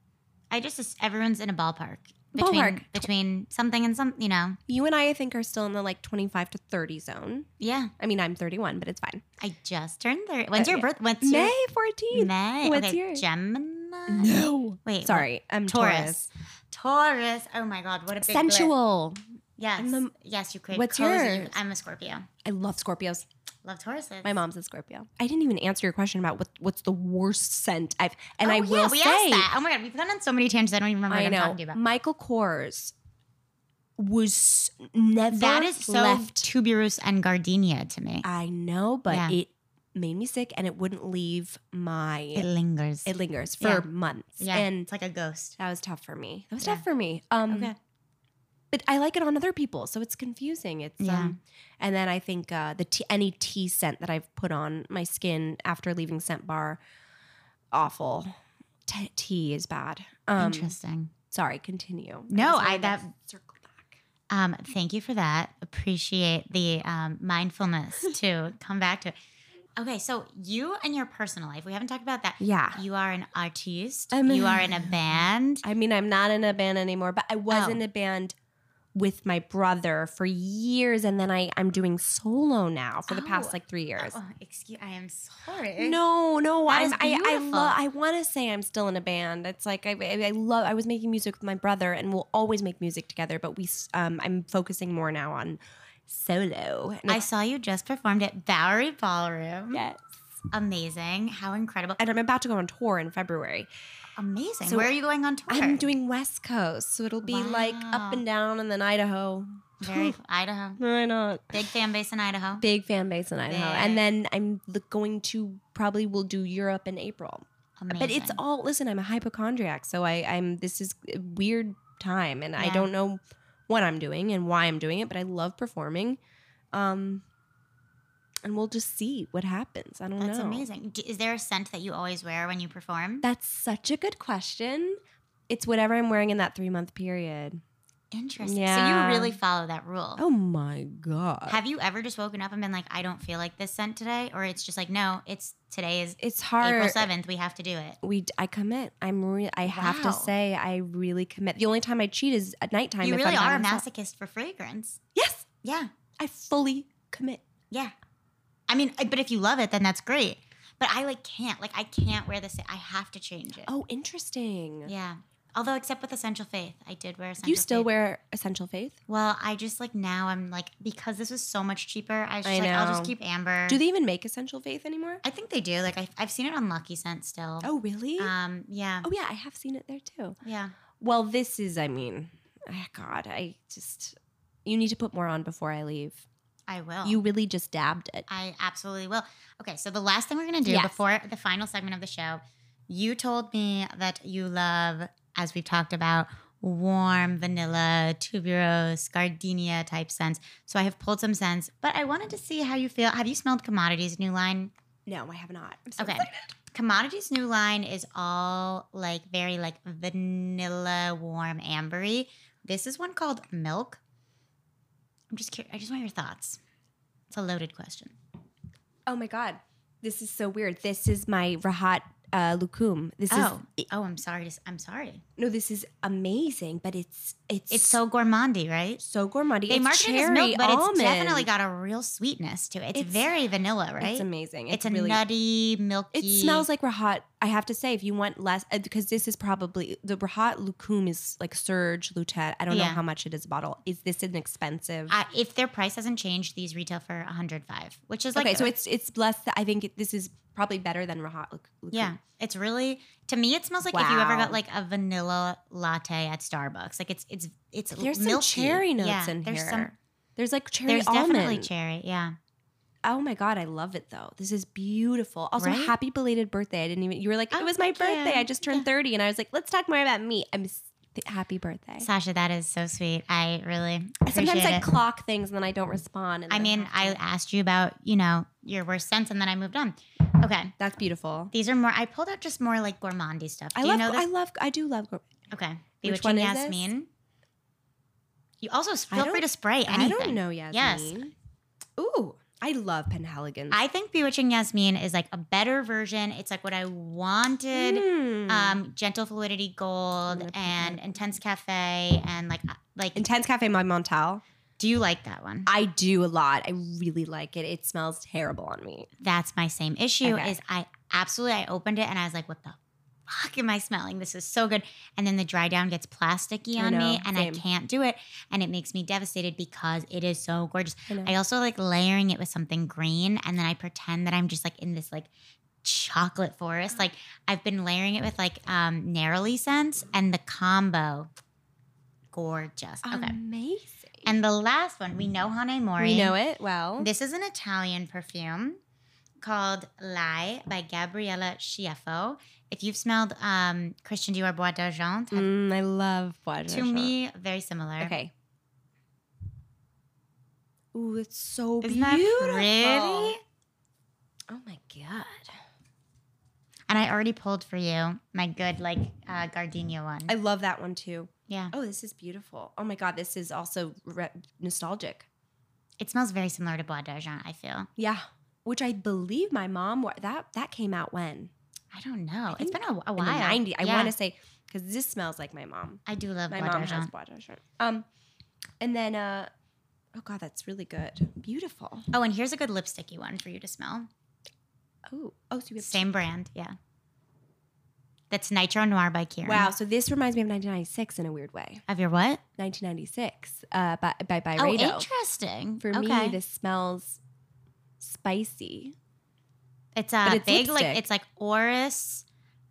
[SPEAKER 1] I just everyone's in a ballpark. Between,
[SPEAKER 2] Ballpark.
[SPEAKER 1] between something and some, you know.
[SPEAKER 2] You and I, I think, are still in the like 25 to 30 zone.
[SPEAKER 1] Yeah,
[SPEAKER 2] I mean, I'm 31, but it's fine.
[SPEAKER 1] I just turned thirty. When's
[SPEAKER 2] Uh,
[SPEAKER 1] your
[SPEAKER 2] yeah.
[SPEAKER 1] birth? When's
[SPEAKER 2] May
[SPEAKER 1] your
[SPEAKER 2] 14th.
[SPEAKER 1] May?
[SPEAKER 2] What's
[SPEAKER 1] okay,
[SPEAKER 2] yours?
[SPEAKER 1] Gemini.
[SPEAKER 2] No.
[SPEAKER 1] Wait, what-
[SPEAKER 2] Sorry, I'm Taurus.
[SPEAKER 1] Taurus. Taurus. Oh my God, what a big blip.
[SPEAKER 2] Sensual.
[SPEAKER 1] Yes,
[SPEAKER 2] I'm the-
[SPEAKER 1] yes, you crave.
[SPEAKER 2] What's
[SPEAKER 1] cozy.
[SPEAKER 2] yours?
[SPEAKER 1] I'm a Scorpio.
[SPEAKER 2] I love Scorpios.
[SPEAKER 1] Love Tauruses.
[SPEAKER 2] My mom's a Scorpio. I didn't even answer your question about what what's the worst scent I've and
[SPEAKER 1] oh,
[SPEAKER 2] I
[SPEAKER 1] yeah,
[SPEAKER 2] will
[SPEAKER 1] we
[SPEAKER 2] say
[SPEAKER 1] asked that. Oh my God, we've gone on so many tangents. I don't even remember what
[SPEAKER 2] I
[SPEAKER 1] I'm
[SPEAKER 2] know.
[SPEAKER 1] talking to you about.
[SPEAKER 2] Michael Kors was never
[SPEAKER 1] That is so
[SPEAKER 2] left.
[SPEAKER 1] tuberose and gardenia to me.
[SPEAKER 2] I know, but
[SPEAKER 1] Yeah.
[SPEAKER 2] it made me sick, and it wouldn't leave my.
[SPEAKER 1] it
[SPEAKER 2] It,
[SPEAKER 1] lingers.
[SPEAKER 2] lingers for
[SPEAKER 1] Yeah.
[SPEAKER 2] months,
[SPEAKER 1] yeah,
[SPEAKER 2] and
[SPEAKER 1] it's like a ghost.
[SPEAKER 2] that was tough for me. That was
[SPEAKER 1] Yeah.
[SPEAKER 2] tough for me. Um,
[SPEAKER 1] Okay.
[SPEAKER 2] but I like it on other people, so it's confusing. It's
[SPEAKER 1] Yeah.
[SPEAKER 2] um, and then I think uh, the tea, any tea scent that I've put on my skin after leaving scent bar, awful. T- tea is bad. Um,
[SPEAKER 1] Interesting.
[SPEAKER 2] sorry, continue.
[SPEAKER 1] No,
[SPEAKER 2] just
[SPEAKER 1] I-
[SPEAKER 2] wanted to
[SPEAKER 1] that-
[SPEAKER 2] circle back.
[SPEAKER 1] Um, thank you for that. Appreciate the um,
[SPEAKER 2] (laughs)
[SPEAKER 1] mindfulness to come back to. it. Okay, so you and your personal life. We haven't talked about that.
[SPEAKER 2] Yeah.
[SPEAKER 1] You are an artiste.
[SPEAKER 2] I'm-
[SPEAKER 1] you are in a
[SPEAKER 2] (laughs)
[SPEAKER 1] band.
[SPEAKER 2] I mean, I'm not in a band anymore, but I was
[SPEAKER 1] Oh.
[SPEAKER 2] in a band with my brother for years, and then I I'm doing solo now for the
[SPEAKER 1] Oh.
[SPEAKER 2] past like three years.
[SPEAKER 1] Oh, excuse. I am sorry.
[SPEAKER 2] No, no,
[SPEAKER 1] That
[SPEAKER 2] I'm,
[SPEAKER 1] is
[SPEAKER 2] I I
[SPEAKER 1] beautiful.
[SPEAKER 2] love I want to say I'm still in a band. It's like I, I I love I was making music with my brother, and we'll always make music together. But we s- um I'm focusing more now on solo. And
[SPEAKER 1] I
[SPEAKER 2] it's-
[SPEAKER 1] saw you just performed at Bowery Ballroom.
[SPEAKER 2] yes,
[SPEAKER 1] Amazing. How incredible.
[SPEAKER 2] and I'm about to go on tour in February.
[SPEAKER 1] Amazing.
[SPEAKER 2] So
[SPEAKER 1] Where are you going on tour?
[SPEAKER 2] I'm doing West Coast, so it'll be like
[SPEAKER 1] Wow.
[SPEAKER 2] up and down, and then Idaho.
[SPEAKER 1] Very Idaho.
[SPEAKER 2] Why not?
[SPEAKER 1] Big fan base in Idaho.
[SPEAKER 2] big fan base in Idaho.
[SPEAKER 1] Big.
[SPEAKER 2] And then I'm l- going to probably will do Europe in April.
[SPEAKER 1] Amazing.
[SPEAKER 2] But it's all listen, I'm a hypochondriac, so I, I'm this is a weird time and I
[SPEAKER 1] Yeah.
[SPEAKER 2] don't know what I'm doing and why I'm doing it, but I love performing. Um and we'll just see what happens. I don't
[SPEAKER 1] That's
[SPEAKER 2] know.
[SPEAKER 1] amazing. D- Is there a scent that you always wear when you perform?
[SPEAKER 2] That's such a good question. It's whatever I'm wearing in that three month period.
[SPEAKER 1] Interesting. So
[SPEAKER 2] Yeah.
[SPEAKER 1] you really follow that rule.
[SPEAKER 2] Oh my god.
[SPEAKER 1] Have you ever just woken up and been like, I don't feel like this scent today? Or it's just like, no, it's today is
[SPEAKER 2] it's hard.
[SPEAKER 1] April 7th. We have to do it.
[SPEAKER 2] we I commit. I'm re- I have
[SPEAKER 1] Wow.
[SPEAKER 2] to say I really commit. The only time I cheat is at nighttime.
[SPEAKER 1] you
[SPEAKER 2] if
[SPEAKER 1] really
[SPEAKER 2] I'm by
[SPEAKER 1] are a
[SPEAKER 2] myself.
[SPEAKER 1] masochist for fragrance.
[SPEAKER 2] Yes,
[SPEAKER 1] Yeah.
[SPEAKER 2] I fully commit.
[SPEAKER 1] Yeah. I mean, I- but if you love it, then that's great. But I like can't. Like, I can't wear this. I have to change it.
[SPEAKER 2] Oh, interesting.
[SPEAKER 1] Yeah. Although, except with Essential Faith, I did wear Essential
[SPEAKER 2] you still
[SPEAKER 1] Faith.
[SPEAKER 2] wear essential faith?
[SPEAKER 1] Well, I just like now I'm like, because this was so much cheaper, I was just
[SPEAKER 2] I
[SPEAKER 1] like, I'll just
[SPEAKER 2] know.
[SPEAKER 1] keep Amber.
[SPEAKER 2] Do they even make essential faith anymore?
[SPEAKER 1] I think they do. Like, I've, I've seen it on Lucky Scent still.
[SPEAKER 2] Oh, really?
[SPEAKER 1] Um, yeah.
[SPEAKER 2] oh, yeah. I have seen it there too.
[SPEAKER 1] Yeah.
[SPEAKER 2] Well, this is. I mean, Ah, God, I just you need to put more on before I leave.
[SPEAKER 1] I will.
[SPEAKER 2] You really just dabbed it.
[SPEAKER 1] I absolutely will. Okay, so the last thing we're going to do
[SPEAKER 2] Yes.
[SPEAKER 1] before the final segment of the show, you told me that you love, as we've talked about, warm vanilla, tuberose, gardenia type scents. So I have pulled some scents, but I wanted to see how you feel. Have you smelled Commodities New Line?
[SPEAKER 2] No, I have not. I'm
[SPEAKER 1] Okay. Commodities New Line is all like very like vanilla, warm, ambery. This is one called Milk. I'm just curious. I just want your thoughts. It's a loaded question.
[SPEAKER 2] Oh my god, this is so weird. This is my Rahat uh, Lukum. This
[SPEAKER 1] Oh,
[SPEAKER 2] is
[SPEAKER 1] oh, I'm sorry. to s- I'm sorry.
[SPEAKER 2] no, this is amazing, but it's it's
[SPEAKER 1] It's so gourmandy, right?
[SPEAKER 2] so gourmandy.
[SPEAKER 1] They
[SPEAKER 2] it's
[SPEAKER 1] market it as
[SPEAKER 2] cherry
[SPEAKER 1] milk, but
[SPEAKER 2] almond.
[SPEAKER 1] it's definitely got a real sweetness to it. It's,
[SPEAKER 2] It's-
[SPEAKER 1] very vanilla, right?
[SPEAKER 2] It's amazing.
[SPEAKER 1] It's
[SPEAKER 2] It's,
[SPEAKER 1] a
[SPEAKER 2] really.
[SPEAKER 1] nutty, milky.
[SPEAKER 2] it smells like Rahat. I have to say, if you want less, because this is probably the Rahat Lukum is like Surge Lutet. I don't know
[SPEAKER 1] Yeah.
[SPEAKER 2] how much it is a bottle. Is this an expensive?
[SPEAKER 1] Uh, if their price hasn't changed, these retail for 105, which is like uh,
[SPEAKER 2] okay, so it's it's less. I think it, this is probably better than Rahat Luk- Lukum.
[SPEAKER 1] yeah. It's really to me, it smells like if you ever got
[SPEAKER 2] Wow.
[SPEAKER 1] like a vanilla latte at Starbucks. Like it's it's it's
[SPEAKER 2] There's some
[SPEAKER 1] milky.
[SPEAKER 2] cherry notes
[SPEAKER 1] Yeah,
[SPEAKER 2] in
[SPEAKER 1] there's
[SPEAKER 2] here.
[SPEAKER 1] Some,
[SPEAKER 2] there's like cherry
[SPEAKER 1] there's
[SPEAKER 2] almond.
[SPEAKER 1] definitely cherry. Yeah.
[SPEAKER 2] Oh my god, I love it though. This is beautiful. Also,
[SPEAKER 1] Right?
[SPEAKER 2] happy belated birthday. I didn't even. You were like,
[SPEAKER 1] Oh,
[SPEAKER 2] it was my
[SPEAKER 1] thank you.
[SPEAKER 2] birthday. I just turned
[SPEAKER 1] Yeah.
[SPEAKER 2] thirty, and I was like, let's talk more about me. I'm s- happy birthday.
[SPEAKER 1] Sasha, that is so sweet. I really appreciate
[SPEAKER 2] Sometimes I
[SPEAKER 1] it.
[SPEAKER 2] clock things and then I don't respond. And
[SPEAKER 1] I
[SPEAKER 2] then
[SPEAKER 1] mean, I
[SPEAKER 2] have to-
[SPEAKER 1] asked you about, you know, your worst sense and then I moved on. Okay.
[SPEAKER 2] that's beautiful.
[SPEAKER 1] These are more, I pulled out just more like gourmandy stuff. Do
[SPEAKER 2] I
[SPEAKER 1] you
[SPEAKER 2] love.
[SPEAKER 1] know
[SPEAKER 2] I
[SPEAKER 1] this?
[SPEAKER 2] love. I do love. gor-
[SPEAKER 1] okay.
[SPEAKER 2] Which
[SPEAKER 1] Bewitching
[SPEAKER 2] one is this?
[SPEAKER 1] Yasmin. You also s-
[SPEAKER 2] I
[SPEAKER 1] feel free
[SPEAKER 2] don't-
[SPEAKER 1] to spray anything.
[SPEAKER 2] I don't know Yasmin.
[SPEAKER 1] Yes.
[SPEAKER 2] Ooh, I love Penhaligon's.
[SPEAKER 1] I think Bewitching Yasmin is like a better version. It's like what I wanted.
[SPEAKER 2] Mm.
[SPEAKER 1] Um, gentle fluidity
[SPEAKER 2] I'm
[SPEAKER 1] gold
[SPEAKER 2] gonna put
[SPEAKER 1] and
[SPEAKER 2] that-
[SPEAKER 1] intense cafe and like uh, like
[SPEAKER 2] Intense Cafe by Montal.
[SPEAKER 1] do you like that one?
[SPEAKER 2] I do a lot. I really like it. It smells terrible on me.
[SPEAKER 1] That's my same issue
[SPEAKER 2] Okay.
[SPEAKER 1] is I absolutely I opened it and I was like, what the fuck am I smelling? This is so good. And then the dry down gets plasticky
[SPEAKER 2] I
[SPEAKER 1] on me
[SPEAKER 2] know,
[SPEAKER 1] and
[SPEAKER 2] same.
[SPEAKER 1] I can't do it. And it makes me devastated because it is so gorgeous.
[SPEAKER 2] I know.
[SPEAKER 1] I also like layering it with something green and then I pretend that I'm just like in this like chocolate forest. Like I've been layering it with like um narrowly scents and the combo. Gorgeous. Okay.
[SPEAKER 2] Amazing.
[SPEAKER 1] And the last one, we know Hane Mori.
[SPEAKER 2] Um, we know it well.
[SPEAKER 1] This is an Italian perfume called Lai by Gabriella Schiaffo. If you've smelled um, Christian Dior Bois d'Argent, have-
[SPEAKER 2] Mm, I love Bois de
[SPEAKER 1] to
[SPEAKER 2] Jour.
[SPEAKER 1] me, very similar.
[SPEAKER 2] Okay. Ooh, it's so
[SPEAKER 1] Isn't that
[SPEAKER 2] beautiful.
[SPEAKER 1] pretty?
[SPEAKER 2] Oh my god.
[SPEAKER 1] And I already pulled for you my good, like, uh, gardenia one.
[SPEAKER 2] I love that one too.
[SPEAKER 1] yeah.
[SPEAKER 2] Oh, this is beautiful. Oh my god, this is also re- nostalgic.
[SPEAKER 1] It smells very similar to Bois d'Argent, I feel.
[SPEAKER 2] Yeah. Which I believe my mom wa- that that came out when
[SPEAKER 1] I don't know.
[SPEAKER 2] I
[SPEAKER 1] It's
[SPEAKER 2] think
[SPEAKER 1] been a, a
[SPEAKER 2] in the
[SPEAKER 1] while.
[SPEAKER 2] 90s. I
[SPEAKER 1] Yeah.
[SPEAKER 2] want to say cuz this smells like my mom.
[SPEAKER 1] I do love
[SPEAKER 2] My
[SPEAKER 1] Bois
[SPEAKER 2] mom has
[SPEAKER 1] d'Argent.
[SPEAKER 2] Bois de Jour. Um and then uh oh god, that's really good. Beautiful.
[SPEAKER 1] Oh, and here's a good lipsticky one for you to smell.
[SPEAKER 2] Oh, oh, so we have
[SPEAKER 1] Same brand, yeah. That's Nitro Noir by Kieran.
[SPEAKER 2] Wow, so this reminds me of 1996 in a weird way.
[SPEAKER 1] Of your what?
[SPEAKER 2] 1996 uh, by by
[SPEAKER 1] Oh,
[SPEAKER 2] Byredo.
[SPEAKER 1] interesting.
[SPEAKER 2] For
[SPEAKER 1] Okay.
[SPEAKER 2] me, this smells spicy.
[SPEAKER 1] It's a
[SPEAKER 2] But it's
[SPEAKER 1] big like
[SPEAKER 2] lipstick.
[SPEAKER 1] it's like orris,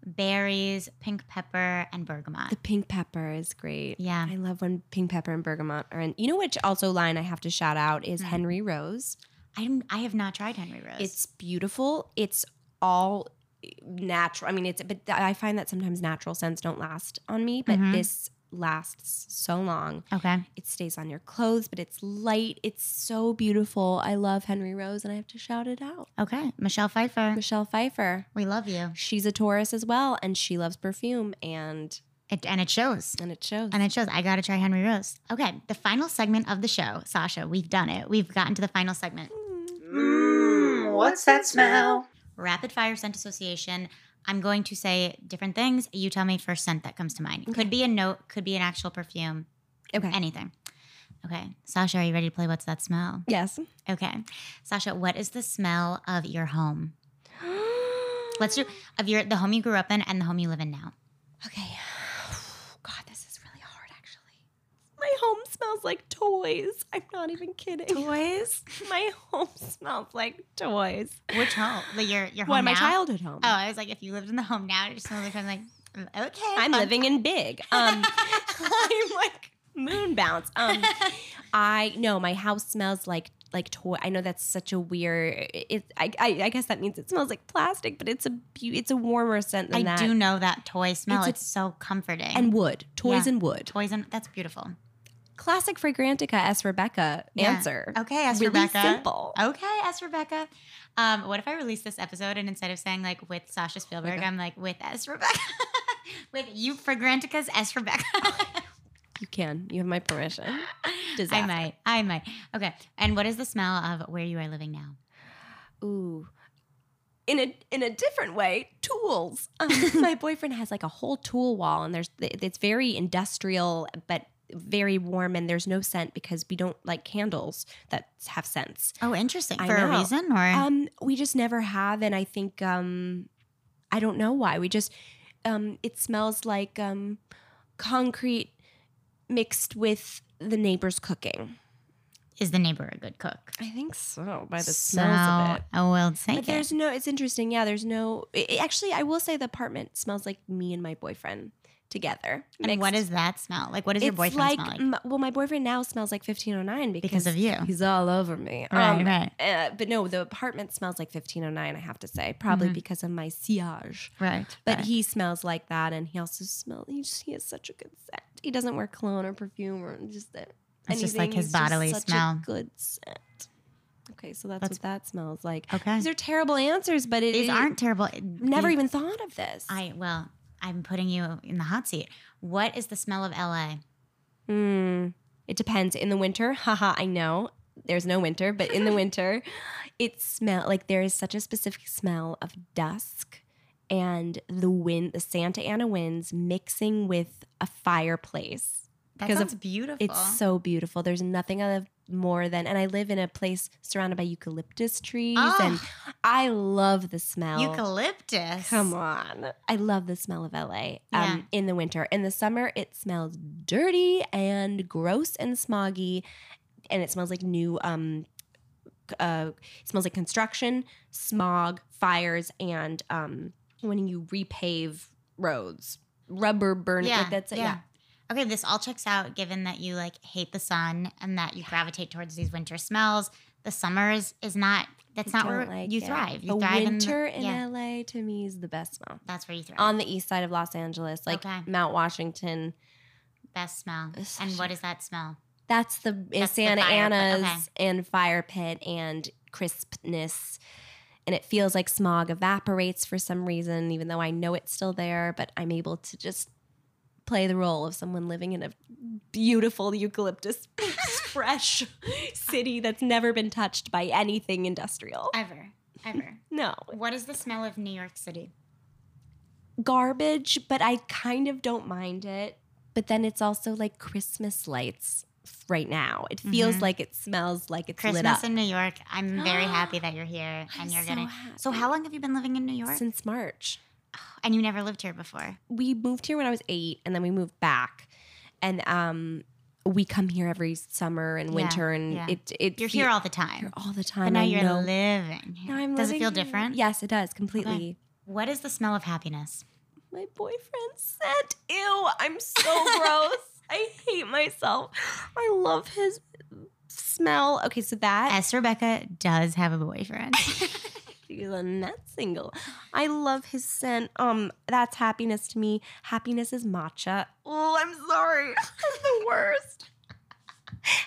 [SPEAKER 1] berries, pink pepper, and bergamot.
[SPEAKER 2] The pink pepper is great.
[SPEAKER 1] yeah.
[SPEAKER 2] I love when pink pepper and bergamot are in. You know which also line I have to shout out is
[SPEAKER 1] Mm.
[SPEAKER 2] Henry Rose.
[SPEAKER 1] I don't- I have not tried Henry Rose.
[SPEAKER 2] It's beautiful. It's all eh, natural. I mean, it's but I find that sometimes natural scents don't last on me, but
[SPEAKER 1] Mhm.
[SPEAKER 2] this lasts so long.
[SPEAKER 1] okay.
[SPEAKER 2] It stays on your clothes, but it's light. It's so beautiful. I love Henry Rose and I have to shout it out.
[SPEAKER 1] Okay. Michelle Pfeiffer.
[SPEAKER 2] Michelle Pfeiffer.
[SPEAKER 1] We love you.
[SPEAKER 2] She's a Taurus as well and she loves perfume and
[SPEAKER 1] It, and it shows.
[SPEAKER 2] and it shows.
[SPEAKER 1] And it shows. I gotta try Henry Rose. Okay. The final segment of the show, Sasha. We've done it. We've gotten to the final segment.
[SPEAKER 2] Mm.
[SPEAKER 3] Mmm, what's that smell?
[SPEAKER 1] Rapid fire scent association. I'm going to say different things. You tell me first scent that comes to mind. Could
[SPEAKER 2] Okay.
[SPEAKER 1] be a note. Could be an actual perfume.
[SPEAKER 2] okay.
[SPEAKER 1] Anything. Okay. Sasha, are you ready to play What's That Smell?
[SPEAKER 2] yes. (gasps)
[SPEAKER 1] Okay. Sasha, what is the smell of your home? Let's do of your the home you grew up in and the home you live in now.
[SPEAKER 2] Okay. (sighs) God, this is really hard actually. My home smells like toys. I'm not even kidding. Toys? (laughs) My home smells like toys.
[SPEAKER 1] Which home? Like your your home
[SPEAKER 2] What,
[SPEAKER 1] now?
[SPEAKER 2] my childhood home.
[SPEAKER 1] Oh, I was like, if you lived in the home now, it just smells like I'm like, mm, okay. (laughs)
[SPEAKER 2] I'm
[SPEAKER 1] fun.
[SPEAKER 2] living in big. Um (laughs) I'm like moon bounce. Um, I no, my house smells like like toy. I know that's such a weird. It, I, I, I guess that means it smells like plastic, but it's a beau- it's a warmer scent than
[SPEAKER 1] I
[SPEAKER 2] that.
[SPEAKER 1] do know that toy smell.
[SPEAKER 2] It's
[SPEAKER 1] It's,
[SPEAKER 2] a-
[SPEAKER 1] so comforting.
[SPEAKER 2] and wood, toys
[SPEAKER 1] Yeah.
[SPEAKER 2] and wood.
[SPEAKER 1] toys and that's beautiful.
[SPEAKER 2] Classic Fragrantica S. Rebecca
[SPEAKER 1] Yeah.
[SPEAKER 2] answer.
[SPEAKER 1] Okay, ask
[SPEAKER 2] really
[SPEAKER 1] Rebecca.
[SPEAKER 2] simple.
[SPEAKER 1] Okay, ask Rebecca. Um, what if I release this episode and instead of saying like with Sasha Spielberg,
[SPEAKER 2] Rebecca.
[SPEAKER 1] I'm like with S Rebecca, (laughs) with you Fragrantica's S (laughs) Rebecca.
[SPEAKER 2] You can. You have my permission.
[SPEAKER 1] (gasps) I
[SPEAKER 2] Disaster.
[SPEAKER 1] might. I might. Okay. And what is the smell of where you are living now?
[SPEAKER 2] Ooh. In a in a different way, tools. Um, (laughs) my boyfriend has like a whole tool wall, and there's it's very industrial, but very warm, and there's no scent because we don't like candles that have scents.
[SPEAKER 1] Oh, interesting.
[SPEAKER 2] I
[SPEAKER 1] For a
[SPEAKER 2] know.
[SPEAKER 1] reason or
[SPEAKER 2] Um, we just never have, and I think um, I don't know why. We just um, it smells like um, concrete mixed with the neighbor's cooking.
[SPEAKER 1] is the neighbor a good cook?
[SPEAKER 2] I think so by the
[SPEAKER 1] so,
[SPEAKER 2] smells of it.
[SPEAKER 1] I will take
[SPEAKER 2] But
[SPEAKER 1] it.
[SPEAKER 2] there's no. It's interesting. Yeah, there's no. i i- actually, I will say the apartment smells like me and my boyfriend together.
[SPEAKER 1] And what
[SPEAKER 2] mixed.
[SPEAKER 1] is that smell? Like, what does your
[SPEAKER 2] It's
[SPEAKER 1] boyfriend
[SPEAKER 2] like,
[SPEAKER 1] smell like?
[SPEAKER 2] m- well, my boyfriend now smells like 1509 because,
[SPEAKER 1] because of you.
[SPEAKER 2] he's all over me.
[SPEAKER 1] Right,
[SPEAKER 2] Um,
[SPEAKER 1] right,
[SPEAKER 2] uh, but no, the apartment smells like 1509. I have to say, probably
[SPEAKER 1] Mhm.
[SPEAKER 2] because of my sillage.
[SPEAKER 1] right.
[SPEAKER 2] But
[SPEAKER 1] right.
[SPEAKER 2] he smells like that, and he also smells. He, just, he has such a good scent. He doesn't wear cologne or perfume or just that.
[SPEAKER 1] It's just
[SPEAKER 2] anything.
[SPEAKER 1] like his
[SPEAKER 2] He's just
[SPEAKER 1] bodily
[SPEAKER 2] such a
[SPEAKER 1] smell.
[SPEAKER 2] good scent. Okay, so that's,
[SPEAKER 1] That's-
[SPEAKER 2] what that smells like.
[SPEAKER 1] Okay.
[SPEAKER 2] These are terrible answers, but it,
[SPEAKER 1] These
[SPEAKER 2] it-
[SPEAKER 1] aren't terrible.
[SPEAKER 2] Never
[SPEAKER 1] These-
[SPEAKER 2] even thought of this.
[SPEAKER 1] I well, I'm putting you in the hot seat. What is the smell of LA?
[SPEAKER 2] Hmm. it depends. In the winter, haha, I know there's no winter, but (laughs) in the winter, it smell like there is such a specific smell of dusk and the wind, the Santa Ana winds mixing with a fireplace.
[SPEAKER 1] That
[SPEAKER 2] Because
[SPEAKER 1] sounds
[SPEAKER 2] of-
[SPEAKER 1] beautiful.
[SPEAKER 2] It's so beautiful. There's nothing I love more than, and I live in a place surrounded by eucalyptus trees,
[SPEAKER 1] Ah,
[SPEAKER 2] and I love the smell.
[SPEAKER 1] eucalyptus.
[SPEAKER 2] Come on. I love the smell of LA um,
[SPEAKER 1] Yeah.
[SPEAKER 2] in the winter. In the summer, it smells dirty and gross and smoggy, and it smells like new. Um, c- uh, it smells like construction, smog, fires, and um, when you repave roads, rubber burning. like that's it. yeah.
[SPEAKER 1] Okay, this all checks out given that you like hate the sun and that you gravitate towards these winter smells. The summers is not that's
[SPEAKER 2] I
[SPEAKER 1] not where
[SPEAKER 2] don't like
[SPEAKER 1] you
[SPEAKER 2] it.
[SPEAKER 1] thrive. You
[SPEAKER 2] a
[SPEAKER 1] thrive
[SPEAKER 2] winter
[SPEAKER 1] in,
[SPEAKER 2] in,
[SPEAKER 1] the, yeah,
[SPEAKER 2] LA to me is the best smell.
[SPEAKER 1] that's where you thrive.
[SPEAKER 2] On the east side of Los Angeles, like
[SPEAKER 1] Okay.
[SPEAKER 2] Mount Washington,
[SPEAKER 1] Best smell.
[SPEAKER 2] It's
[SPEAKER 1] And
[SPEAKER 2] such
[SPEAKER 1] what is that smell?
[SPEAKER 2] that's the eh,
[SPEAKER 1] That's the
[SPEAKER 2] Santa
[SPEAKER 1] fire pit,
[SPEAKER 2] Ana's
[SPEAKER 1] okay.
[SPEAKER 2] and fire pit and crispness. And it feels like smog evaporates for some reason, even though I know it's still there, but I'm able to just play the role of someone living in a beautiful eucalyptus (laughs) fresh city that's never been touched by anything industrial.
[SPEAKER 1] Ever. Ever.
[SPEAKER 2] No.
[SPEAKER 1] what is the smell of New York City?
[SPEAKER 2] garbage, but I kind of don't mind it. But then it's also like Christmas lights f- right now. It feels
[SPEAKER 1] Mhm.
[SPEAKER 2] like it smells like it's lit
[SPEAKER 1] Christmas
[SPEAKER 2] up.
[SPEAKER 1] in New York. I'm
[SPEAKER 2] (gasps)
[SPEAKER 1] very happy that you're here
[SPEAKER 2] I'm
[SPEAKER 1] and you're
[SPEAKER 2] so
[SPEAKER 1] gonna. So
[SPEAKER 2] happy.
[SPEAKER 1] how long have you been living in New York?
[SPEAKER 2] Since March.
[SPEAKER 1] and you never lived here before.
[SPEAKER 2] We moved here when I was eight and then we moved back. And um we come here every summer and
[SPEAKER 1] Yeah,
[SPEAKER 2] winter and
[SPEAKER 1] yeah.
[SPEAKER 2] it it
[SPEAKER 1] You're
[SPEAKER 2] fe-
[SPEAKER 1] here all the
[SPEAKER 2] here
[SPEAKER 1] time.
[SPEAKER 2] all the
[SPEAKER 1] But
[SPEAKER 2] time.
[SPEAKER 1] now
[SPEAKER 2] I
[SPEAKER 1] you're
[SPEAKER 2] know.
[SPEAKER 1] living here.
[SPEAKER 2] Now I'm
[SPEAKER 1] Does it
[SPEAKER 2] living
[SPEAKER 1] feel
[SPEAKER 2] here.
[SPEAKER 1] different?
[SPEAKER 2] Yes, it does completely.
[SPEAKER 1] What is the smell of happiness?
[SPEAKER 2] my boyfriend said, Ew, I'm (laughs) so gross. I hate myself. I love his smell. Okay, so that
[SPEAKER 1] S. Rebecca does have a boyfriend.
[SPEAKER 2] she's a not single. I love his scent. Um, that's happiness to me. Happiness is matcha. (laughs) Oh, I'm sorry. That's the worst.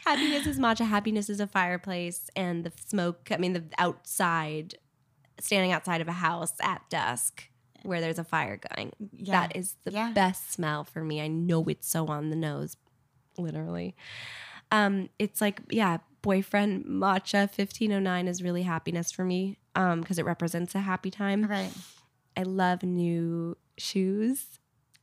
[SPEAKER 2] happiness is matcha. Happiness is a fireplace and the smoke. I mean, the outside, standing outside of a house at dusk where there's a fire going.
[SPEAKER 1] yeah.
[SPEAKER 2] That is the
[SPEAKER 1] Yeah.
[SPEAKER 2] best smell for me. I know it's so on the nose, literally. Um, it's like, yeah, boyfriend matcha 1509 is really happiness for me um, because it represents a happy time.
[SPEAKER 1] right.
[SPEAKER 2] I love new shoes.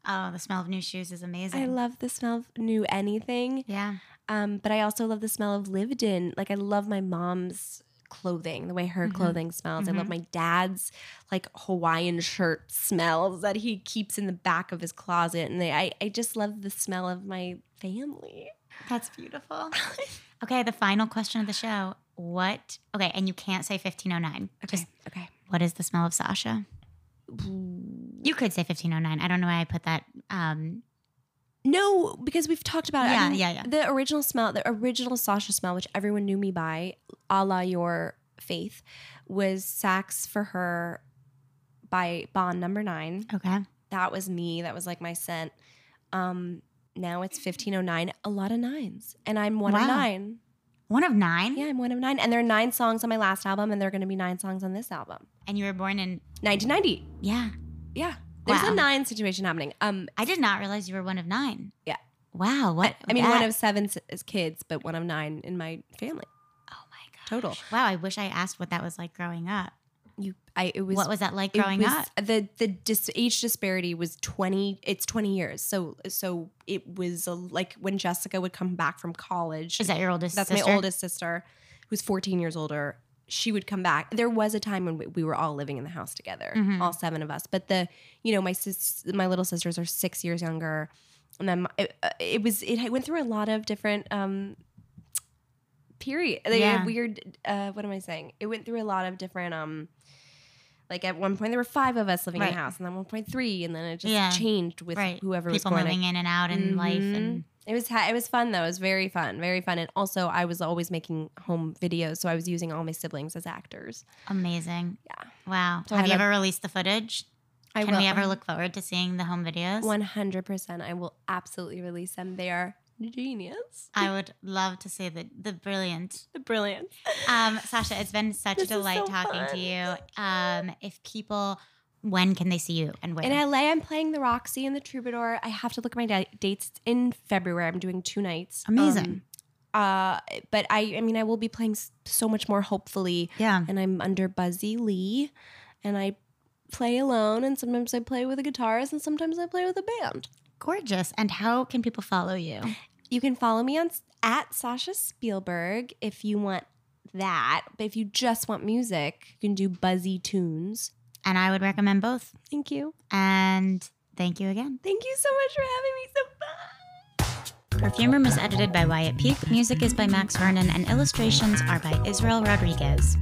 [SPEAKER 1] Oh, the smell of new shoes is amazing.
[SPEAKER 2] I love the smell of new anything.
[SPEAKER 1] Yeah.
[SPEAKER 2] Um, but I also love the smell of lived in. Like I love my mom's clothing, the way her
[SPEAKER 1] Mhm.
[SPEAKER 2] clothing smells. I love my dad's like Hawaiian shirt smells that he keeps in the back of his closet. And they, I, I just love the smell of my family.
[SPEAKER 1] That's
[SPEAKER 2] (laughs)
[SPEAKER 1] beautiful. okay. The final question of the show. What? Okay. And you can't say 1509. Just
[SPEAKER 2] okay.
[SPEAKER 1] what is the smell of oh Sasha? You could say 1509. I don't know why I put that um,
[SPEAKER 2] No, because we've talked about it. I
[SPEAKER 1] Yeah,
[SPEAKER 2] mean,
[SPEAKER 1] yeah, yeah.
[SPEAKER 2] The original smell, the original Sasha smell, which everyone knew me by, a la your faith, was Sax for Her by Bond number nine.
[SPEAKER 1] Okay.
[SPEAKER 2] That was me. That was like my scent. Um, now it's 1509, a lot of nines. And I'm one
[SPEAKER 1] Wow.
[SPEAKER 2] of nine.
[SPEAKER 1] One of nine.
[SPEAKER 2] Yeah, I'm one of nine. And there are nine songs on my last album, and there are going to be nine songs on this album.
[SPEAKER 1] And you were born in
[SPEAKER 2] 1990.
[SPEAKER 1] yeah.
[SPEAKER 2] Yeah. There's
[SPEAKER 1] Wow.
[SPEAKER 2] a nine situation happening. Um,
[SPEAKER 1] I did not realize you were one of nine.
[SPEAKER 2] Yeah.
[SPEAKER 1] Wow. What?
[SPEAKER 2] I mean, one
[SPEAKER 1] that-
[SPEAKER 2] of seven s- kids, but one of nine in my family
[SPEAKER 1] Oh my god.
[SPEAKER 2] total.
[SPEAKER 1] Wow. I wish I asked what that was like growing up.
[SPEAKER 2] You, I, it was
[SPEAKER 1] what was that like
[SPEAKER 2] it
[SPEAKER 1] growing
[SPEAKER 2] was-
[SPEAKER 1] up?
[SPEAKER 2] The the dis- age disparity was twenty. It's twenty years. So so it was a, like when Jessica would come back from college.
[SPEAKER 1] Is that your oldest?
[SPEAKER 2] That's
[SPEAKER 1] sister?
[SPEAKER 2] my oldest sister, who's fourteen years older. She would come back. There was a time when we, we were all living in the house together,
[SPEAKER 1] Mhm.
[SPEAKER 2] all seven of us. But the you know my sis, my little sisters are six years younger, and then my, it, it was it went through a lot of different um period. They
[SPEAKER 1] Yeah.
[SPEAKER 2] had weird. Uh, what am I saying? It went through a lot of different um. Like at one point there were five of us living in
[SPEAKER 1] Right.
[SPEAKER 2] the house, and then one point three, and then it just
[SPEAKER 1] Yeah.
[SPEAKER 2] changed with
[SPEAKER 1] Right.
[SPEAKER 2] whoever was
[SPEAKER 1] People
[SPEAKER 2] going.
[SPEAKER 1] moving in and out in life,
[SPEAKER 2] Mhm.
[SPEAKER 1] and
[SPEAKER 2] It was ha- it was fun though. It was very fun, very fun. And also, I was always making home videos, so I was using all my siblings as actors.
[SPEAKER 1] amazing.
[SPEAKER 2] Mm-hmm. Yeah.
[SPEAKER 1] Wow.
[SPEAKER 2] So I
[SPEAKER 1] Have you
[SPEAKER 2] have a-
[SPEAKER 1] ever released the footage?
[SPEAKER 2] I
[SPEAKER 1] Can we ever look forward to seeing the home videos?
[SPEAKER 2] One hundred percent. I will absolutely release them. They are genius.
[SPEAKER 1] I would love to see the the
[SPEAKER 2] (laughs)
[SPEAKER 1] brilliant.
[SPEAKER 2] Brilliant.
[SPEAKER 1] Um, Sasha, it's been such a
[SPEAKER 2] This is
[SPEAKER 1] delight
[SPEAKER 2] so
[SPEAKER 1] talking to
[SPEAKER 2] fun.
[SPEAKER 1] you. Um, if people, when can they see you and where?
[SPEAKER 2] (laughs) In LA, I'm playing the Roxy and the Troubadour. I have to look at my da- dates It's in February. I'm doing two nights.
[SPEAKER 1] Amazing.
[SPEAKER 2] Um, uh, but I, I mean, I will be playing s- so much more. Hopefully,
[SPEAKER 1] yeah.
[SPEAKER 2] and I'm under Buzzy Lee, and I play alone, and sometimes I play with a guitarist, and sometimes I play with a band.
[SPEAKER 1] Gorgeous. And how can people follow you?
[SPEAKER 2] You can follow me on s- at Sasha Spielberg if you want that, but if you just want music, you can do Buzzy Tunes.
[SPEAKER 1] And I would recommend both.
[SPEAKER 2] Thank you,
[SPEAKER 1] And thank you again.
[SPEAKER 2] thank you so much for having me. So fun.
[SPEAKER 1] Perfume Room is edited by Wyatt Peak. Music is by Max Vernon, and illustrations are by Israel Rodriguez.